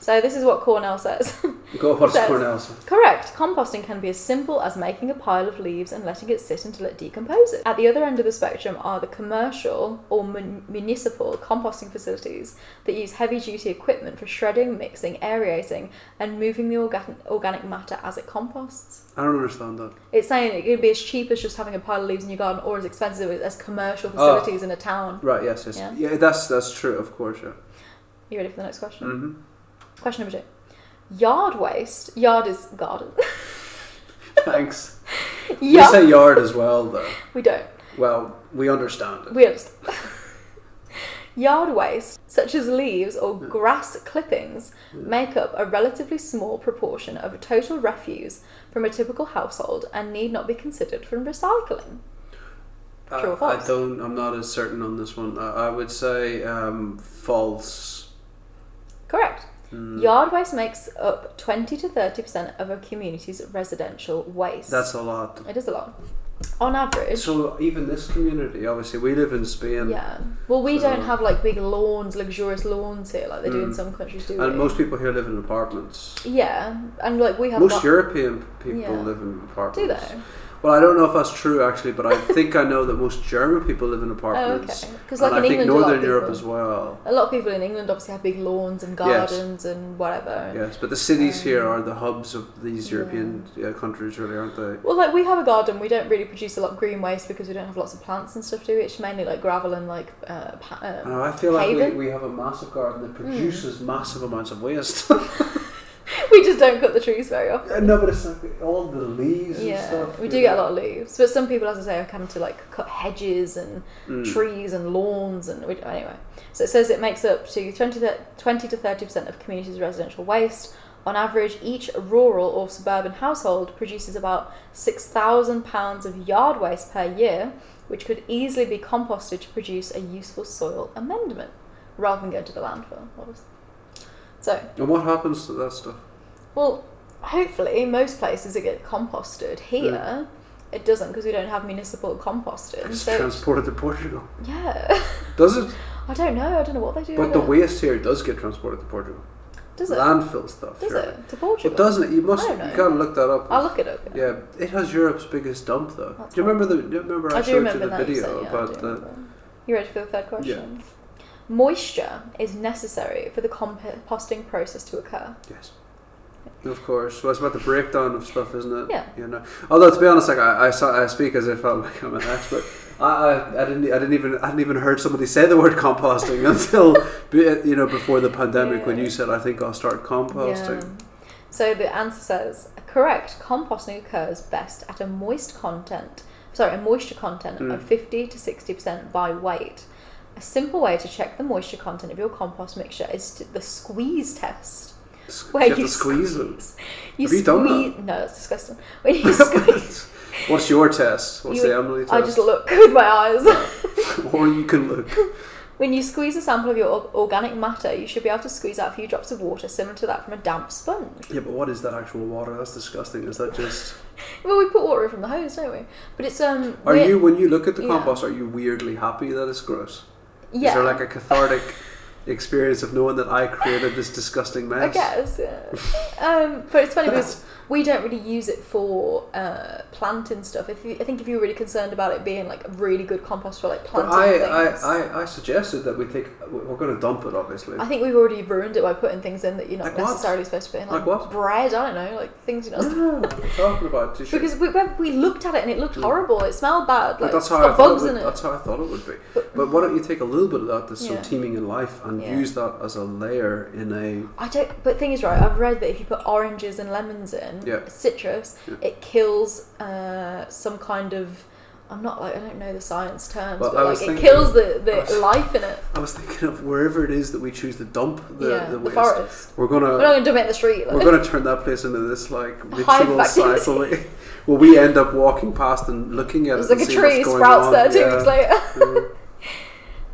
So this is what Cornell says.
Go what's
That's-
Cornell's?
Correct. Composting can be as simple as making a pile of leaves and letting it sit until it decomposes. At the other end of the spectrum are the commercial or mun- municipal composting facilities that use heavy duty equipment for shredding, mixing, aerating, and moving the organ- organic matter as it composts.
I don't understand that.
It's saying it could be as cheap as just having a pile of leaves in your garden or as expensive as commercial
Oh.
facilities in a town.
Right? Yes. Yes. Yeah.
Yeah.
that's that's true. Of course. Yeah.
You ready for the next question?
Mm-hmm.
Question number two. Yard waste. Yard is garden.
Thanks. You
yard.
say yard as well, though.
We don't.
Well, we understand it.
We understand. Yard waste, such as leaves or
Hmm.
grass clippings, make up a relatively small proportion of total refuse from a typical household and need not be considered from recycling.
I-
True or
I
false?
don't. I'm not as certain on this one. I, I would say um, false.
Correct.
Hmm.
Yard waste makes up 20 to 30% of a community's residential waste.
That's a lot.
it is a lot. On average,
So even this community, obviously, we live in Spain.
yeah. Well, we
So- Hmm.
don't have like big lawns, luxurious lawns here like they do in some countries, do
And
we?
most people here live in apartments.
yeah, and like we have
Most
lot-
European people
Yeah.
live in apartments.
do they?
Well, I don't know if that's true actually, but I think I know that most German people live in
Oh, okay.
apartments.
Because like
and
in
I think
England, a lot
Northern
of
Europe
people,
as well.
A lot of people in England obviously have big lawns and
Yes.
gardens and whatever.
Yes, but the cities
Um,
here are the hubs of these
yeah.
European uh, countries, really, aren't they?
Well, like we have a garden, we don't really produce a lot of green waste because we don't have lots of plants and stuff, do we? It's mainly like gravel and like uh, pa-
And
uh,
I feel like we,
Haven? Hmm.
we have a massive garden that produces massive amounts of waste.
we just don't cut the trees very often.
Yeah, no, but it's like all the leaves and
Yeah,
stuff.
we
you
do get a
know.
lot of leaves, but some people, as I say, have come to like cut hedges and
Mm.
trees and lawns and we, anyway. So it says it makes up to 20 to 20 to 30 percent of communities' residential waste. On average, each rural or suburban household produces about six thousand pounds of yard waste per year, which could easily be composted to produce a useful soil amendment, rather than go to the landfill. Obviously. So
And what happens to that stuff?
well, hopefully, most places it get
Hmm.
composted. Here, it doesn't because we don't have municipal composting.
It's
So,
transported to Portugal.
yeah,
Does it?
I don't know. I don't know what they do.
But
with
the
it.
waste here does get transported to Portugal.
does it?
Landfill stuff.
does
sure.
it to Portugal?
But doesn't it? You must.
I
You
don't know.
gotta look that up.
I'll look it up. you know.
Yeah, it has Europe's biggest dump though.
That's
do you remember the? Do you remember I,
I do
showed
remember
you the
that you
video
said. Yeah,
about
I do
the?
remember. You ready for the third question? Moisture is necessary for the composting process to occur.
Yes. Of course. Well, it's about the breakdown of stuff, isn't it?
Yeah.
You know. Although to be honest, like I, I, saw, I speak as if I'm like I'm an expert. I, I, I didn't I didn't even I hadn't even heard somebody say the word composting until be- you know before the pandemic when
Yeah.
you said I think I'll start composting.
Yeah. So the answer says correct. Composting occurs best at a moist content, sorry, a moisture content
Mm.
of 50 to 60 percent by weight. A simple way to check the moisture content of your compost mixture is to, the squeeze test,
S-
where
you
you,
have to squeeze them.
You
Have you done
squeeze- No, that's disgusting. When you squeeze,
What's your test? What's
You-
the Emily test?
I just look with my eyes.
or you can look.
when you squeeze a sample of your or- organic matter, you should be able to squeeze out a few drops of water similar to that from a damp sponge.
Yeah, but what is that actual water? That's disgusting. Is that just?
Well, we put water from the hose, don't we? But it's um.
Are
weird-
you when you look at the
Yeah.
compost? Are you weirdly happy that it's gross?
Yeah.
Is there like a cathartic experience of knowing that I created this disgusting
I
mess?
guess, yeah. um, but it's funny because we don't really use it for uh, planting stuff. If you, I think if you're really concerned about it being like really good compost for like
But
planting
I,
things,
I, I, I suggested that we take. We're going to dump it, obviously.
I think we've already ruined it by putting things in that you're not
Like what?
necessarily supposed to put in, like,
Like what?
bread. I don't know, like things you're not. supposed
No, what I'm talking about tissue.
Because we, when we looked at it and it looked
Mm.
horrible. It smelled bad.
but
Like,
that's
it's
how I
got
thought.
bugs
It would,
in it.
that's how I thought it would be.
But-
But why don't you take a little bit of that that's
Yeah.
so teeming in life and
Yeah.
use that as a layer in a.
I don't. But thing is, right? I've read that if you put oranges and lemons in
Yeah.
citrus,
Yeah.
it kills uh, some kind of. I'm not like I don't know the science terms,
Well, I
but like
was
it
thinking-
kills the, the
I was-
life in it.
I was thinking of wherever it is that we choose to dump the
yeah, the,
the waste.
forest.
We're gonna.
We're not going to dump it in the street.
We're
Like,
going to turn that place into this like
Hive
ritual
activity.
cycle where we end up walking past and looking at
it's
it.
like a
and
tree
seeing what's
sprouts
going
there
on.
two weeks later.
later.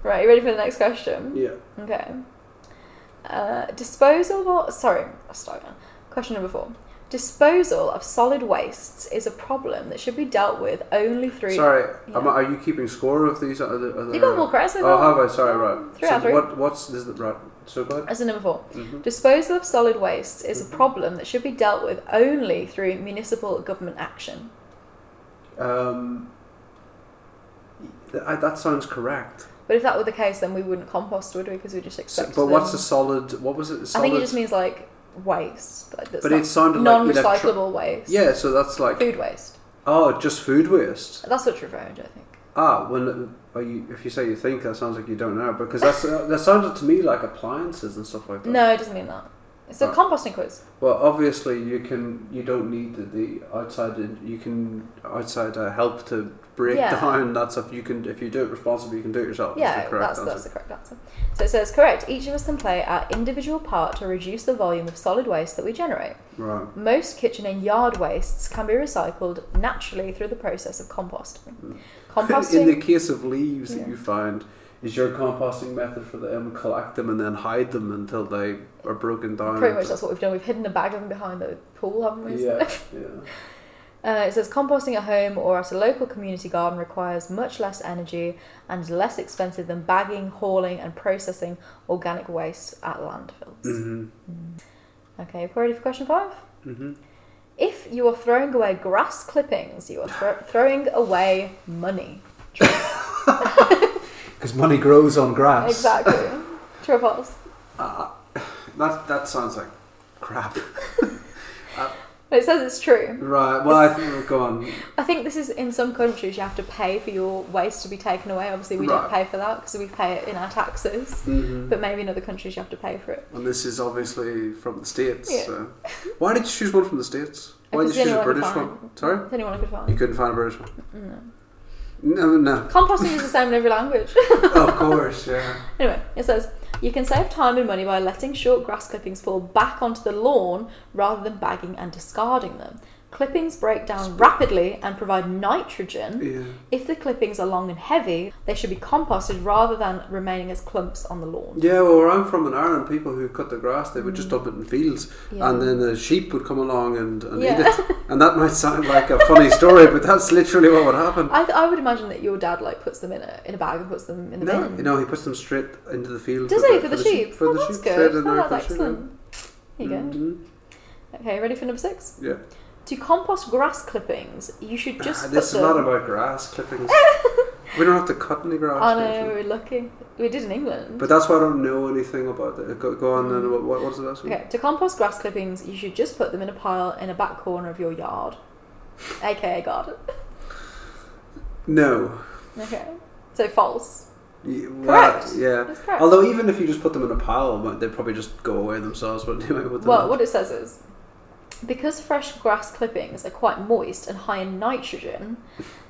Right, you ready for the next question?
yeah.
Okay. Uh, disposal. Of, sorry, I'll start again. Question number four. Disposal of solid wastes is a problem that should be dealt with only through.
Sorry,
Yeah.
am I- are you keeping score of these? Are there, are
You
there-
got more credits than I
Oh,
got.
have I? Sorry, right.
Three
so
out of three.
What, what's this? Right. So go ahead.
As a number four.
Mhm.
Disposal of solid wastes is
Mhm.
a problem that should be dealt with only through municipal government action.
Um, th- I, that sounds correct.
But if that were the case, then we wouldn't compost, would we? Because we just
So,
accept.
but what's the
them.
solid? What was it?
I
Solid,
think it just means like waste, like that's
but
not
it sounded like electro-
non-recyclable waste.
Yeah, so that's like
Food waste.
oh, just food waste.
That's what you're referring to, I think.
Ah, well, are you, if you say you think, that sounds like you don't know because that's uh, that sounded to me like appliances and stuff like that.
No, it doesn't mean that. It's a
Right.
composting quiz.
Well, obviously you can you don't need the, the outside you can outside uh, help to break
Yeah.
down that stuff. You can if you do it responsibly, you can do it yourself. is
Yeah,
the correct
that's, that's
answer.
the correct answer. So it says, correct, each of us can play our individual part to reduce the volume of solid waste that we generate.
right.
Most kitchen and yard wastes can be recycled naturally through the process of composting.
Hmm. In the
Composting,
case of leaves
Yeah.
that you find, is your composting method for them collect them and then hide them until they are broken down?
pretty much that's what we've done. We've hidden a bag of them behind the pool, haven't we?
yeah, yeah.
Uh, it says composting at home or at a local community garden requires much less energy and is less expensive than bagging, hauling, and processing organic waste at landfills.
hmm
Okay, ready for question five?
hmm
If you are throwing away grass clippings, you are thro- throwing away money.
Because money grows on grass.
Exactly. True or false?
Uh, that that sounds like crap.
I But it says it's true.
Right. Well, I think go on.
I think this is in some countries you have to pay for your waste to be taken away. Obviously, we don't
Right.
pay for that because we pay it in our taxes.
Mhm.
But maybe in other countries you have to pay for it.
And this is obviously from the states.
Yeah.
So. Why did you choose one from the states? Why
Because
did you choose
anyone
a
could
British
find.
one? Sorry,
It's anyone I could
you
find.
couldn't find a British one.
No.
No, no. Oh,
Composting is the same in every language.
of course, yeah.
Anyway, it says you can save time and money by letting short grass clippings fall back onto the lawn rather than bagging and discarding them. Clippings break down rapidly and provide nitrogen.
Yeah.
If the clippings are long and heavy, they should be composted rather than remaining as clumps on the lawn.
Yeah, well, where I'm from in Ireland, people who cut the grass, they would just dump it in fields,
Yeah.
and then the sheep would come along and, and
Yeah.
eat it. And that might sound like a funny story, but that's literally what would happen.
I, th- I would imagine that your dad like puts them in a in a bag and puts them in the
No,
bin.
you know, he puts them straight into the field.
Does he for the, sheep?
For
oh,
the
that's
sheep. straight
good.
in
Oh,
there
that's
for the sheep, yeah.
excellent. Here you go.
Mhm.
Okay, ready for number six?
Yeah.
To compost grass clippings, you should just
Ah,
put
this is
them.
not about grass clippings. we don't have to cut any grass.
I know,
Rachel.
Oh, we're lucky. We did in England.
But that's why I don't know anything about it. Go, go on and what, what was the last one?
Okay, to compost grass clippings, you should just put them in a pile in a back corner of your yard, aka garden.
No.
Okay, so false.
Y- what-
Correct.
Yeah.
That's correct.
Although even if you just put them in a pile, well, they'd probably just go away themselves. But anyway, what the
well, what it says is because fresh grass clippings are quite moist and high in nitrogen,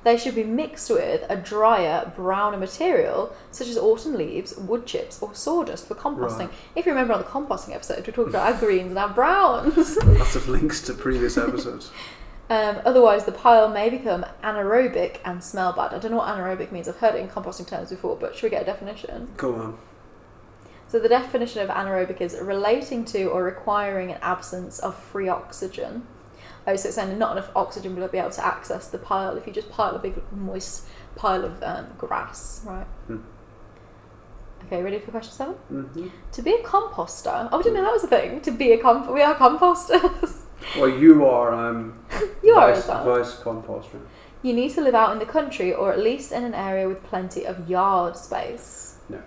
they should be mixed with a drier, browner material such as autumn leaves, wood chips, or sawdust for composting.
Right.
If you remember on the composting episode, we talked about our greens and our browns.
lots of links to previous episodes.
Um, otherwise, the pile may become anaerobic and smell bad. I don't know what anaerobic means. I've heard it in composting terms before, but should we get a definition?
go on.
So, the definition of anaerobic is relating to or requiring an absence of free oxygen. Oh, so it's saying not enough oxygen will be able to access the pile if you just pile a big, moist pile of um, grass, right?
Hmm.
Okay, ready for question seven?
hmm
To be a composter. Oh, I didn't know that was a thing. To be a comp, we are composters.
Well, you are. I'm.
you are
vice,
as well.
vice composter.
You need to live out in the country or at least in an area with plenty of yard space.
No.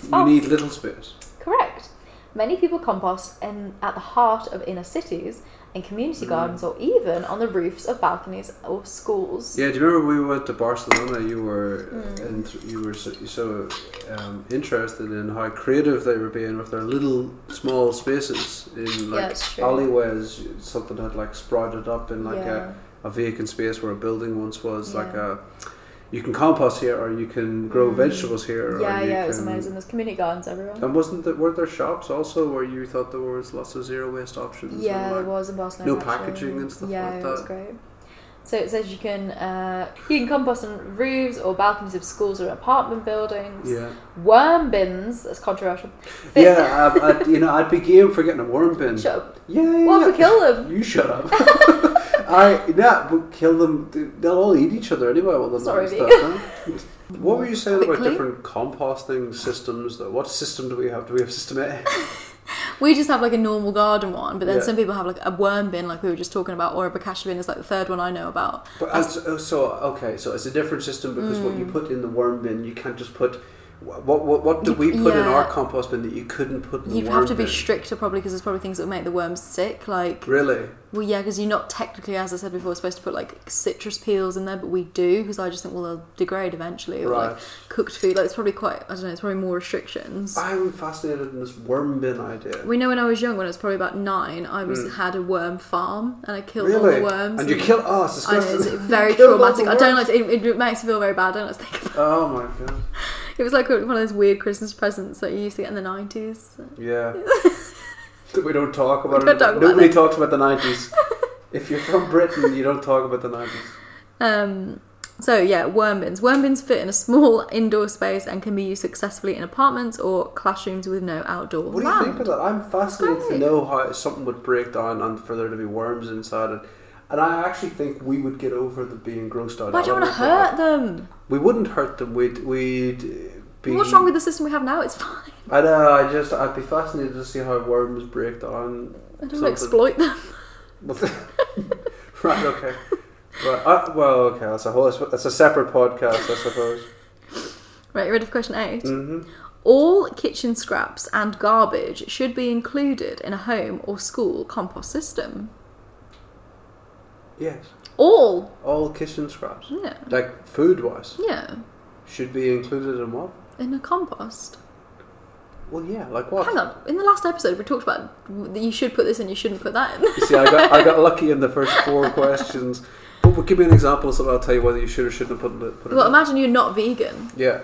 You
false.
need little space.
Correct. Many people compost in, at the heart of inner cities, in community
Mm.
gardens, or even on the roofs of balconies or schools.
Yeah. Do you remember we went to Barcelona? You were
Mm.
and you were so, so um, interested in how creative they were being with their little small spaces in like
it's true.
alleyways. Something had like sprouted up in like a. a vacant space where a building once was like
Yeah.
a you can compost here or you can grow
Mm.
vegetables here
yeah,
or you
yeah, it was
can-
amazing. There's community gardens everywhere.
and wasn't there weren't there shops also where you thought there was lots of zero waste options
Yeah, there
and like,
was in Barcelona.
no
actually.
packaging and stuff
yeah,
like
it was
that.
great. So it says you can uh, you can compost on roofs or balconies of schools or apartment buildings.
yeah
Worm bins. That's controversial. Fit-
yeah I, I, you know I'd be game for getting a worm bin
Shut up.
yeah, yeah,
What if
yeah.
we kill them?
you shut up I yeah but kill them they'll all eat each other anyway well they're
Sorry,
not
Vic.
stuff, huh? what were you saying
Quickly.
about different composting systems though what system do we have do we have system A
We just have like a normal garden one, but then
Yeah.
some people have like a worm bin, like we were just talking about, or a bokashi bin is like the third one I know about.
But as, oh, so okay, so it's a different system because what you
Mm.
put in the worm bin, you can't just put. wha- What what, what did we put in
yeah.
our compost bin that you couldn't put in the
You'd
worm
have to be
bin?
stricter probably because there's probably things that would make the worms sick. Like,
really?
well, yeah, because you're not technically, as I said before, supposed to put like citrus peels in there, but we do because I just think well they'll degrade eventually or
Right.
like cooked food. Like it's probably quite I don't know, it's probably more restrictions.
I'm fascinated in this worm bin idea.
We know when I was young, when I was probably about nine, I was had a worm farm and I killed all
Hmm. really?
the worms.
And you kill oh, it's
I know,
disgusting.
it's very
Killed all the
traumatic. I don't like
worms.
to, it, it makes me feel very bad. I don't like to think about
Oh my god!
it. It was like one of those weird Christmas presents that you used to get in the 90s.
Yeah. That we don't talk about
don't
it.
talk about
Nobody
it.
talks about the nineties. if you're from Britain, you don't talk about the nineties.
Um, so yeah, worm bins. Worm bins fit in a small indoor space and can be used successfully in apartments or classrooms with no outdoor
What do you
land.
think of that? I'm fascinated to
great.
know how something would break down and for there to be worms inside it. And I actually think we would get over the being grossed out.
Why do you want to hurt them?
We wouldn't hurt them. We'd we'd uh, be.
What's wrong with the system we have now? It's fine.
I know. I just I'd be fascinated to see how worms break down.
I don't
Something.
exploit them.
right. Okay. Right. Uh, well. Okay. That's a whole. That's a separate podcast, I suppose.
Right, you ready for question 8
hmm
All kitchen scraps and garbage should be included in a home or school compost system.
Yes.
All.
All kitchen scraps,
Yeah.
like food wise,
Yeah.
should be included in what?
In a compost.
Well, yeah, like what?
Hang on. In the last episode, we talked about w- that you should put this in, you shouldn't put that in.
You see, I got, I got lucky in the first four questions. But, but give me an example so that I'll tell you whether you should or shouldn't have put it. Put it
well,
in.
imagine you're not vegan.
Yeah.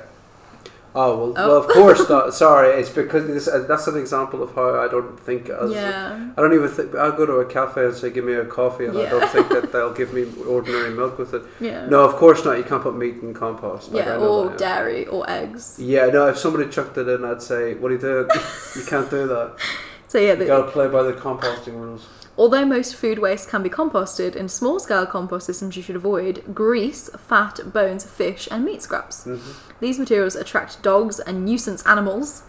Oh well,
Oh.
well of course not. Sorry, it's because this, uh, that's an example of how I don't think. As,
yeah.
I don't even think I'll go to a cafe and say, "Give me a coffee," and I
Yeah.
don't think that they'll give me ordinary milk with it.
Yeah.
No, of course not. You can't put meat in compost. Like, I
yeah. oh,
know
Or
that, yeah.
dairy or eggs.
Yeah, no. If somebody chucked it in, I'd say, "What are you doing? you can't do that.
So yeah,
You
the,
got to play by the composting rules."
Although most food waste can be composted, in small scale compost systems you should avoid grease, fat, bones, fish, and meat scraps.
Mhm.
These materials attract dogs and nuisance animals.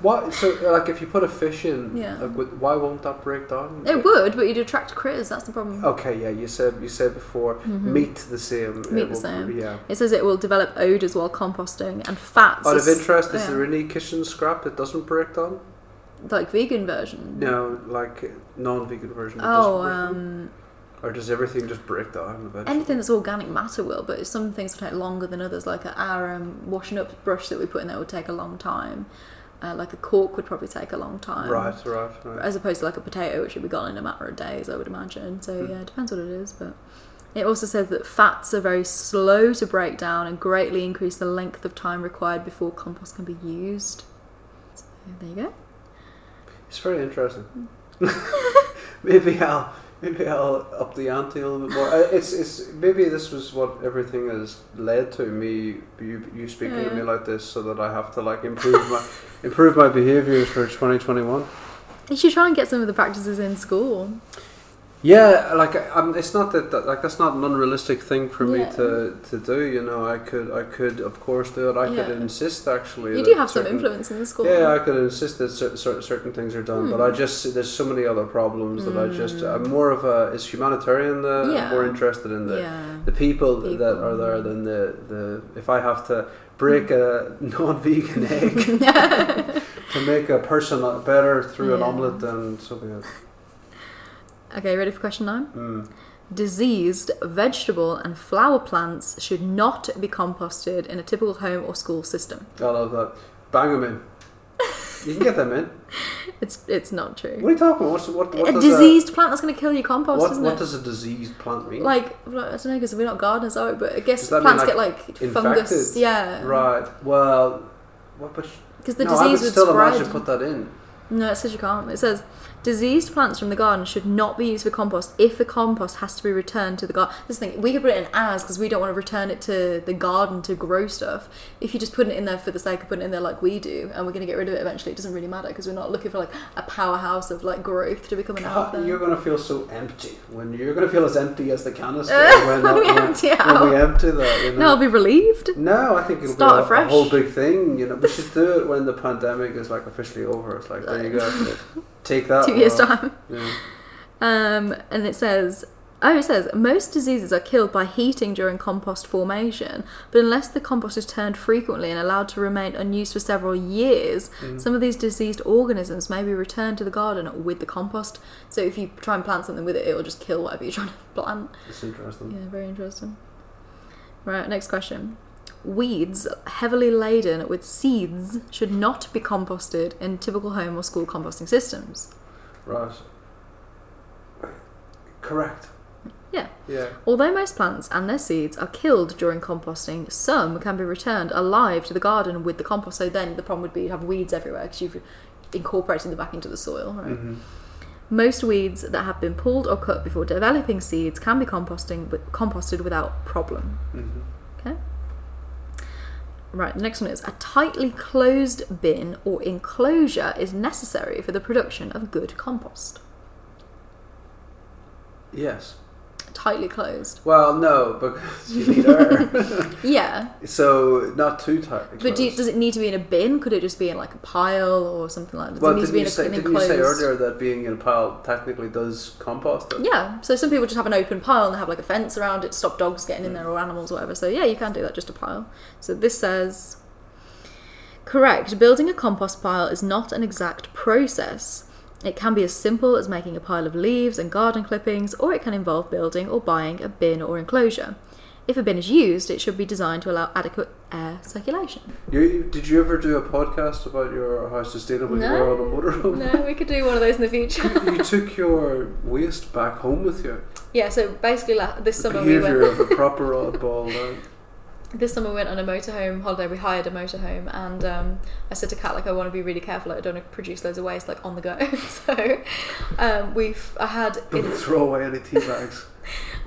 What? So, like, if you put a fish in,
Yeah.
like, would- why won't that break down?
It would, but you'd attract critters, that's the problem.
Okay, yeah. You said you said before, Oh, meat the same.
Mm-hmm. Meat
it
the same.
Yeah.
It says it will develop odours while composting, and fats.
Out
are
of
s-
interest, is
yeah,
there any kitchen scrap that doesn't break down?
Like vegan version.
No, like non-vegan version. that
Oh,
doesn't break down?
um,
or does everything just break down eventually?
anything that's organic matter will, but some things will take longer than others. Like our um, washing up brush that we put in there would take a long time. Uh, like a cork would probably take a long time.
right, right, right.
as opposed to like a potato, which would be gone in a matter of days, I would imagine. So
Hmm.
yeah, it depends what it is, but it also says that fats are very slow to break down and greatly increase the length of time required before compost can be used. So there you go.
It's very
Hmm.
interesting. maybe I'll maybe I'll up the ante a little bit more. Uh, It's it's maybe this was what everything has led to me you you speaking to me
Yeah.
like this, so that I have to like improve my improve my behaviour for twenty twenty one.
You should try and get some of the practices in school.
Yeah, like um, it's not that, that like that's not an unrealistic thing for me
Yeah.
to, to do. You know, I could I could of course do it. I
Yeah.
could insist actually.
You
that
do have some
certain-
influence in the school.
Yeah, I could insist that cer- cer- certain things are done, but
Hmm.
I just there's so many other problems that I just
Mm.
I'm more of a is humanitarian. The, I'm
Yeah.
more interested in the
Yeah.
the people, that
People, Hmm.
are there
yeah.
than the the if I have to break a non-vegan egg to make a person better through an
Yeah.
omelette and something else.
okay, ready for question nine?
Mm.
Diseased vegetable and flower plants should not be composted in a typical home or school system.
I love that. Bang them in. You can get them in.
It's it's not true.
What are you talking about? What's, what, what
a
does
diseased plant that's going to kill your
A,
compost, is
what,
isn't
what
it?
does a diseased plant mean?
like I don't know because we're not gardeners, are we? But I guess
Does that
plants
mean,
get like
infected?
fungus, yeah,
right. Well, what? But
Because uh, the
no, I would
disease would
still imagine
spread.
put that in.
no, it says you can't. It says diseased plants from the garden should not be used for compost if the compost has to be returned to the garden. This thing we could put it in as because we don't want to return it to the garden to grow stuff. If you just put it in there for the sake of putting it in there, like we do, and we're going to get rid of it eventually, it doesn't really matter because we're not looking for like a powerhouse of like growth to become an
God,
alpha.
Ah, you're gonna feel so empty when you're gonna feel as empty as the canister
Uh,
when,
when we
when-
empty
when
out.
we empty that. You
No, I'll
know?
be relieved.
No, I think it'll
Start
be a- a,
afresh.
whole big thing. You know, we should do it when the pandemic is like officially over. It's like there you go, take that.
Two years
Rob.
time.
Yeah.
Um, and it says, oh, it says most diseases are killed by heating during compost formation, but unless the compost is turned frequently and allowed to remain unused for several years,
Mm.
some of these diseased organisms may be returned to the garden with the compost. So if you try and plant something with it, it will just kill whatever you're trying to plant.
It's interesting.
Yeah, very interesting. Right, next question. Weeds heavily laden with seeds should not be composted in typical home or school composting systems.
Right. Correct.
Yeah.
Yeah.
Although most plants and their seeds are killed during composting, some can be returned alive to the garden with the compost. So then the problem would be you'd have weeds everywhere because you've incorporated them back into the soil. Right?
hmm
Most weeds that have been pulled or cut before developing seeds can be composting with, composted without problem.
hmm
Okay. Right. The next one is a tightly closed bin or enclosure is necessary for the production of good compost.
Yes.
Tightly closed.
Well, no, because you need air.
Yeah.
so not too tight.
But do you, does it need to be in a bin? Could it just be in like a pile or something like that? Does
well,
it need
didn't,
to be
you
in a,
say,
an
didn't you say
enclosed-
earlier that being in a pile technically does compost it?
Yeah, so some people just have an open pile and they have like a fence around it to stop dogs getting in there or animals or whatever. So yeah, you can do that, just a pile. So this says Correct, building a compost pile is not an exact process. It can be as simple as making a pile of leaves and garden clippings, or it can involve building or buying a bin or enclosure. If a bin is used, it should be designed to allow adequate air circulation.
You, did you ever do a podcast about your how sustainable you
No.
were on a motorhome?
No, we could do one of those in the future.
you, you took your waste back home with you.
Yeah, so basically la- this
The
summer we
behaviour
went
of a proper oddball. uh, Then.
this summer we went on a motorhome holiday. We hired a motorhome, and um, I said to Kat like I want to be really careful. Like, I don't want to produce loads of waste like on the go. so um, we've I had
Don't
in,
throw away any tea bags.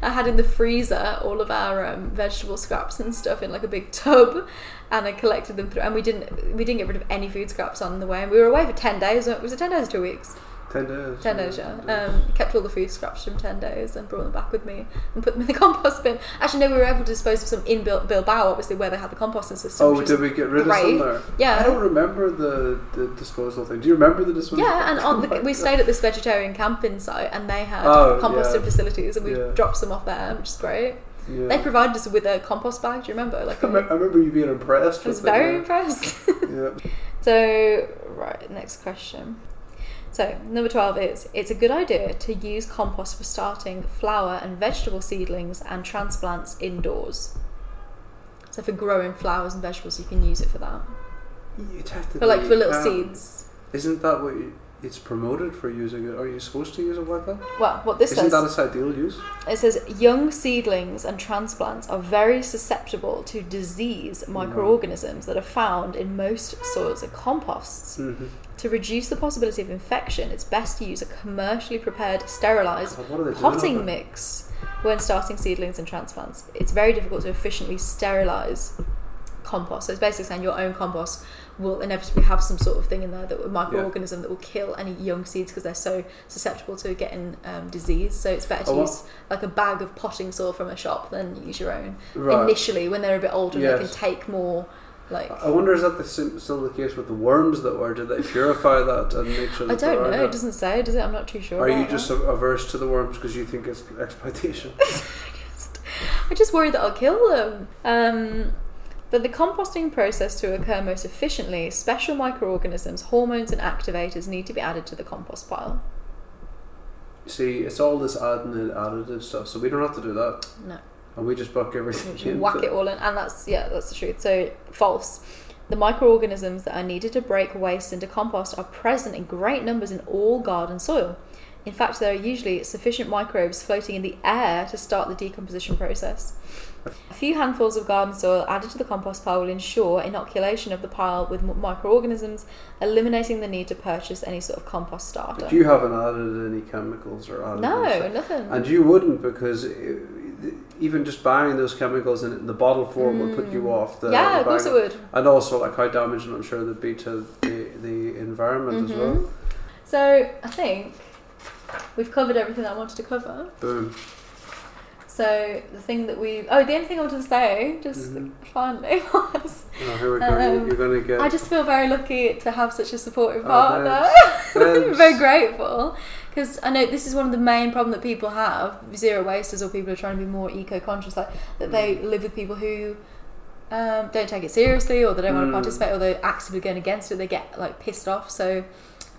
I had in the freezer all of our um, vegetable scraps and stuff in like a big tub, and I collected them through. And we didn't we didn't get rid of any food scraps on the way. And we were away for ten days. wasn't it? Was it ten days or two weeks?
Ten days.
Ten days, yeah. Um, kept all the food scraps from ten days and brought them back with me and put them in the compost bin. Actually, no, we were able to dispose of some in Bil- Bilbao, obviously where they had the composting system.
oh,
which
did
was-
we get rid
great.
of some there?
Yeah.
I don't remember the, the disposal thing. Do you remember the disposal?
Yeah, and on the, we
say
stayed at this vegetarian camping site, and they had
Oh,
composting
yeah.
facilities, and we
Yeah.
dropped some off there, which is great.
Yeah.
They provided us with a compost bag. Do you remember? Like,
I
a,
me- I remember you being impressed.
I was
with it,
very
yeah.
impressed.
Yeah.
So, right, next question. So, number 12 is it's a good idea to use compost for starting flower and vegetable seedlings and transplants indoors. So, for growing flowers and vegetables, you can use it for that.
You technically
But, like, for little
can.
seeds.
Isn't that what you, it's promoted for using it? Are you supposed to use it like that?
Well, what this
Isn't
says
that its ideal use?
it says young seedlings and transplants are very susceptible to disease microorganisms that are found in most soils and composts.
Mm-hmm.
To reduce the possibility of infection, it's best to use a commercially prepared, sterilised
What are they doing?
potting
on that?
mix when starting seedlings and transplants. It's very difficult to efficiently sterilise compost. So it's basically saying your own compost will inevitably have some sort of thing in there that will microorganism that will kill any young seeds because they're so susceptible to getting um, disease. So it's better to
Oh, what-
use like a bag of potting soil from a shop than use your own
Right.
initially when they're a bit older and they
Yes. Oh,
can take more. Like
I wonder is that the, sim- still the case with the worms that were? Did they purify that and make sure
I
that there
don't
are
know.
no-
It doesn't say, does it? I'm not too sure.
Are you
about
just
that.
a- averse to the worms because you think it's exploitation?
I just worry that I'll kill them. Um, but the composting process to occur most efficiently, special microorganisms, hormones, and activators need to be added to the compost pile.
See, it's all this adding and additive stuff, so we don't have to do that,
No,
and we just buck everything.
just
into-
whack it all in, and that's yeah, that's the truth. So false. The microorganisms that are needed to break waste into compost are present in great numbers in all garden soil. In fact, there are usually sufficient microbes floating in the air to start the decomposition process. A few handfuls of garden soil added to the compost pile will ensure inoculation of the pile with m- microorganisms, eliminating the need to purchase any sort of compost starter.
But you haven't added any chemicals or additives.
no, nothing.
And you wouldn't because i even just buying those chemicals in the bottle form would put you off the.
Mm. yeah,
the
of course it
bag.
would.
And also, like how damaging I'm sure they'd be to the, the environment as well.
Mm-hmm. So I think we've covered everything that I wanted to cover.
Boom.
So the thing that we oh the only thing I wanted to say just
Mhm.
finally was
Now, Oh, here we go. You-
Um,
You're going to get.
I just feel very lucky to have such a supportive
Oh,
partner. I'm
thanks.
very grateful because I know this is one of the main problem that people have zero wasters or people who are trying to be more eco conscious like that they
Mm.
live with people who um, don't take it seriously or they don't want to
Mm.
participate or they're actively going against it they get like pissed off so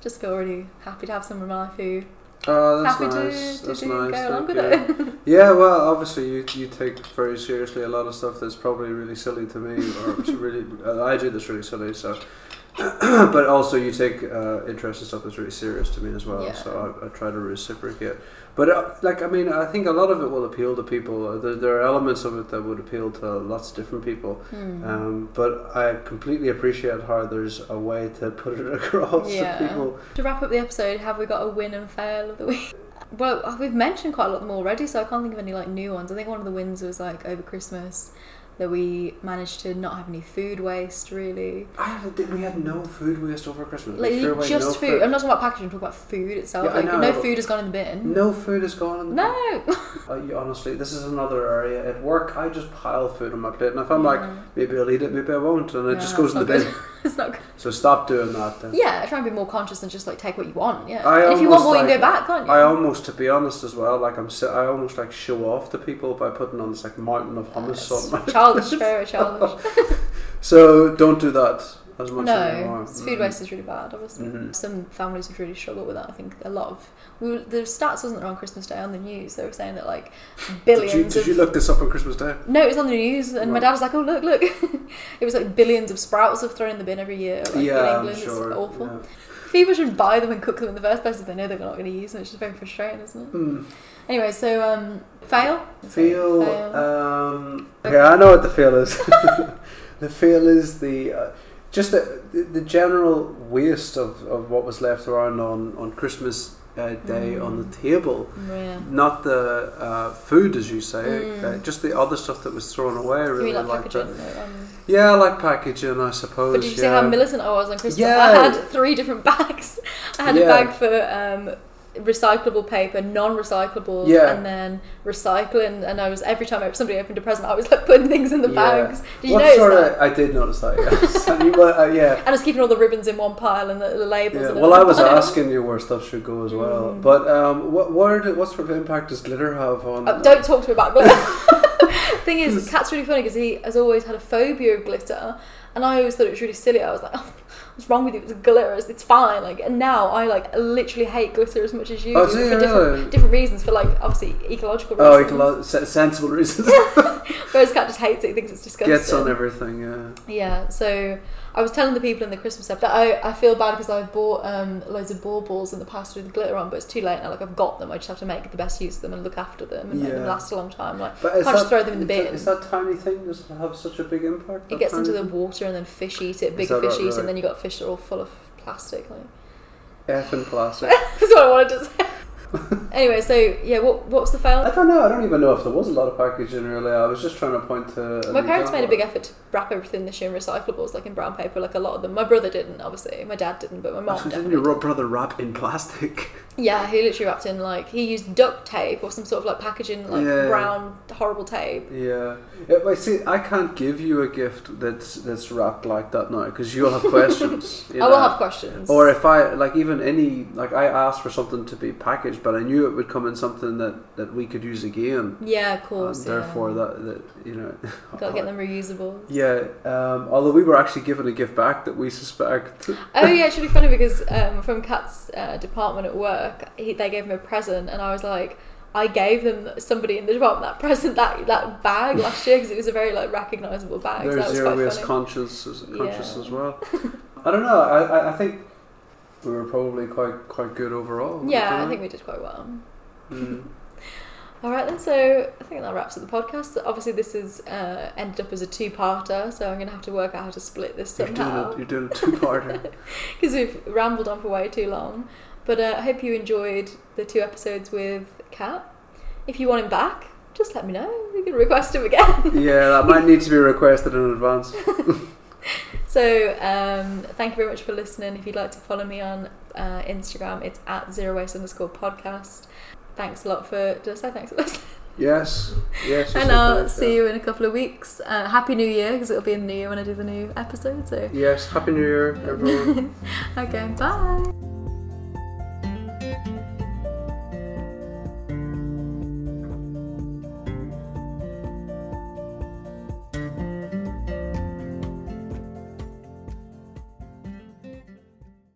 just feel really happy to have someone in my life who
oh, that's
happy
nice.
to, to
that's
do,
nice.
go along
Thank
with
you.
it.
Yeah, well, obviously you, you take very seriously a lot of stuff that's probably really silly to me, or it's really uh, I do that's really silly. So, but also you take uh, interest in stuff that's really serious to me as well.
Yeah.
So I, I try to reciprocate. But uh, like I mean, I think a lot of it will appeal to people. Uh, There, there are elements of it that would appeal to lots of different people.
Hmm.
Um, but I completely appreciate how there's a way to put it across
Yeah.
to people.
To wrap up the episode, have we got a win and fail of the week? Well, we've mentioned quite a lot of them already, so I can't think of any like new ones. I think one of the wins was like over Christmas that we managed to not have any food waste really.
I think we had no food waste over Christmas. We
Like
threw away
just
no
food. Um, I'm not talking about packaging, I'm talking about food itself.
Yeah, I
like
know,
no
but-
food has gone in the bin.
No food is gone. in the
No.
Uh, you- honestly, this is another area at work. I just pile food on my plate, and if I'm like,
No.
maybe I'll eat it, maybe I won't, and it
No,
just goes in the
it's
bin.
not it's not good.
So stop doing that. Then.
Yeah, try and be more conscious and just like take what you want. Yeah.
I
And if you want
almost,
more, you can go
like-
back, can't you?
I almost, to be honest, as well, like I'm, si- I almost like show off to people by putting on this like mountain of hummus.
It's
on my-
childish, very childish.
so don't do that. as much Mm-hmm. Mm. as they
No,
want.
food waste is really bad, obviously.
Mhm.
Some families would really struggle with that. I think a lot of we, were- the stats wasn't there on Christmas Day on the news. They were saying that like billions
Did you, did
of
you look this up on Christmas Day?
no, it was on the news, and my
Right.
dad was like, "Oh look, look!" it was like billions of sprouts are thrown in the bin every year. Like,
yeah,
in England,
I'm sure.
it's awful.
yeah.
People should buy them and cook them in the first place if they know they're not going to use them. It's just very frustrating, isn't it?
Mm.
Anyway, so um, fail.
Feel.
Fail.
Um, okay, I know what the feel is. the feel is the uh, just the, the the general waste of, of what was left around on on Christmas uh, Day on
Mm.
the table.
yeah.
Not the uh, food, as you say,
Mm.
uh, just the other stuff that was thrown away.
You
Really,
mean like,
the-
packaging? though, um,
Yeah, I like packaging, I suppose.
But did you see
yeah.
how militant I was on Christmas?
Yeah.
I had three different bags. I had a
Yeah.
bag for um, recyclable paper, non-recyclables,
Yeah.
and then recycling. And I was every time somebody opened a present, I was like putting things in the
Yeah.
bags. Did you
what
notice
sort
that?
of? I did notice that. Yes. I mean, well, uh, yeah.
And I was keeping all the ribbons in one pile and the, the labels.
Yeah.
in
Well, I
another
was
pile.
asking you where stuff should go as well.
Mm.
But um, what where did, what sort of impact does glitter have on?
Oh, don't talk to me about glitter. Thing is, Cat's really funny because he has always had a phobia of glitter, and I always thought it was really silly. I was like, oh, what's wrong with you? It's glitter. It's, it's fine. Like, and now I like literally hate glitter as much as you
Oh,
do
do you
for
really?
different, different reasons. For like obviously ecological
Oh,
reasons.
ecolo- se- sensible reasons.
Whereas Cat just hates it. He thinks it's disgusting.
Gets on everything. Yeah.
Yeah, so I was telling the people in the Christmas episode that I, I feel bad because I bought um, loads of baubles in the past with glitter on, but it's too late now. Like I've got them, I just have to make the best use of them and look after them and make them
Yeah.
last a long time. Like
But is
Can't just
that-
throw them in the bin.
Is that tiny thing does it have such a big impact?
it
that
gets
tiny
into the
thing?
water and then fish eat it, big
that
fish
right,
eat, it,
right?
and then you got fish that are all full of plastic. Like
effing plastic.
that's what I wanted to say. anyway, so yeah, what what was the
I
fail?
don't know. I don't even know if there was a lot of packaging. Really, I was just trying to point to. an
My parents made a big
example.
effort to wrap everything this year in recyclables, like in brown paper, like a lot of them. My brother didn't, obviously. My dad didn't, but my mom
Actually,
definitely.
didn't your ro- brother wrap in plastic?
Yeah, he literally wrapped in like he used duct tape or some sort of like packaging like
Yeah.
brown horrible tape.
Yeah. Yeah, but see, I can't give you a gift that's that's wrapped like that now because you'll have questions. you
I will
know.
have questions.
Or if I like even any like I asked for something to be packaged, but I knew it would come in something that that we could use again.
yeah, of
and
course. yeah.
therefore, that that you know.
gotta get them reusable.
Yeah. Um, although we were actually given a gift back that we suspect.
Oh yeah, it's really funny because um, from Kat's uh, department at work, he, they gave him a present, and I was like, I gave them somebody in the department that present that that bag last year because it was a very like recognizable bag. so Oh,
There's
that was
zero
quite
waste
funny.
conscious as, conscious
Yeah.
as well. I don't know. I, I, I think we were probably quite quite good overall.
yeah, I think we did quite well.
we. Mm.
All right then, so I think that wraps up the podcast. Obviously, this is uh, ended up as a two-parter, so I'm gonna have to work out how to split this
You're doing a,
somehow
you're doing a two-parter.
because we've rambled on for way too long. But uh, I hope you enjoyed the two episodes with Kat. If you want him back, just let me know. We can request him again.
yeah, that might need to be requested in advance.
So um, thank you very much for listening. If you'd like to follow me on uh, Instagram, it's at zero waste underscore podcast. Thanks a lot for. Did I say thanks?
Yes, yes.
and I'll see you in a couple of weeks. Uh, Happy New Year because it'll be in the new year when I do the new episode. So
Yes, happy new year, everyone.
okay, bye.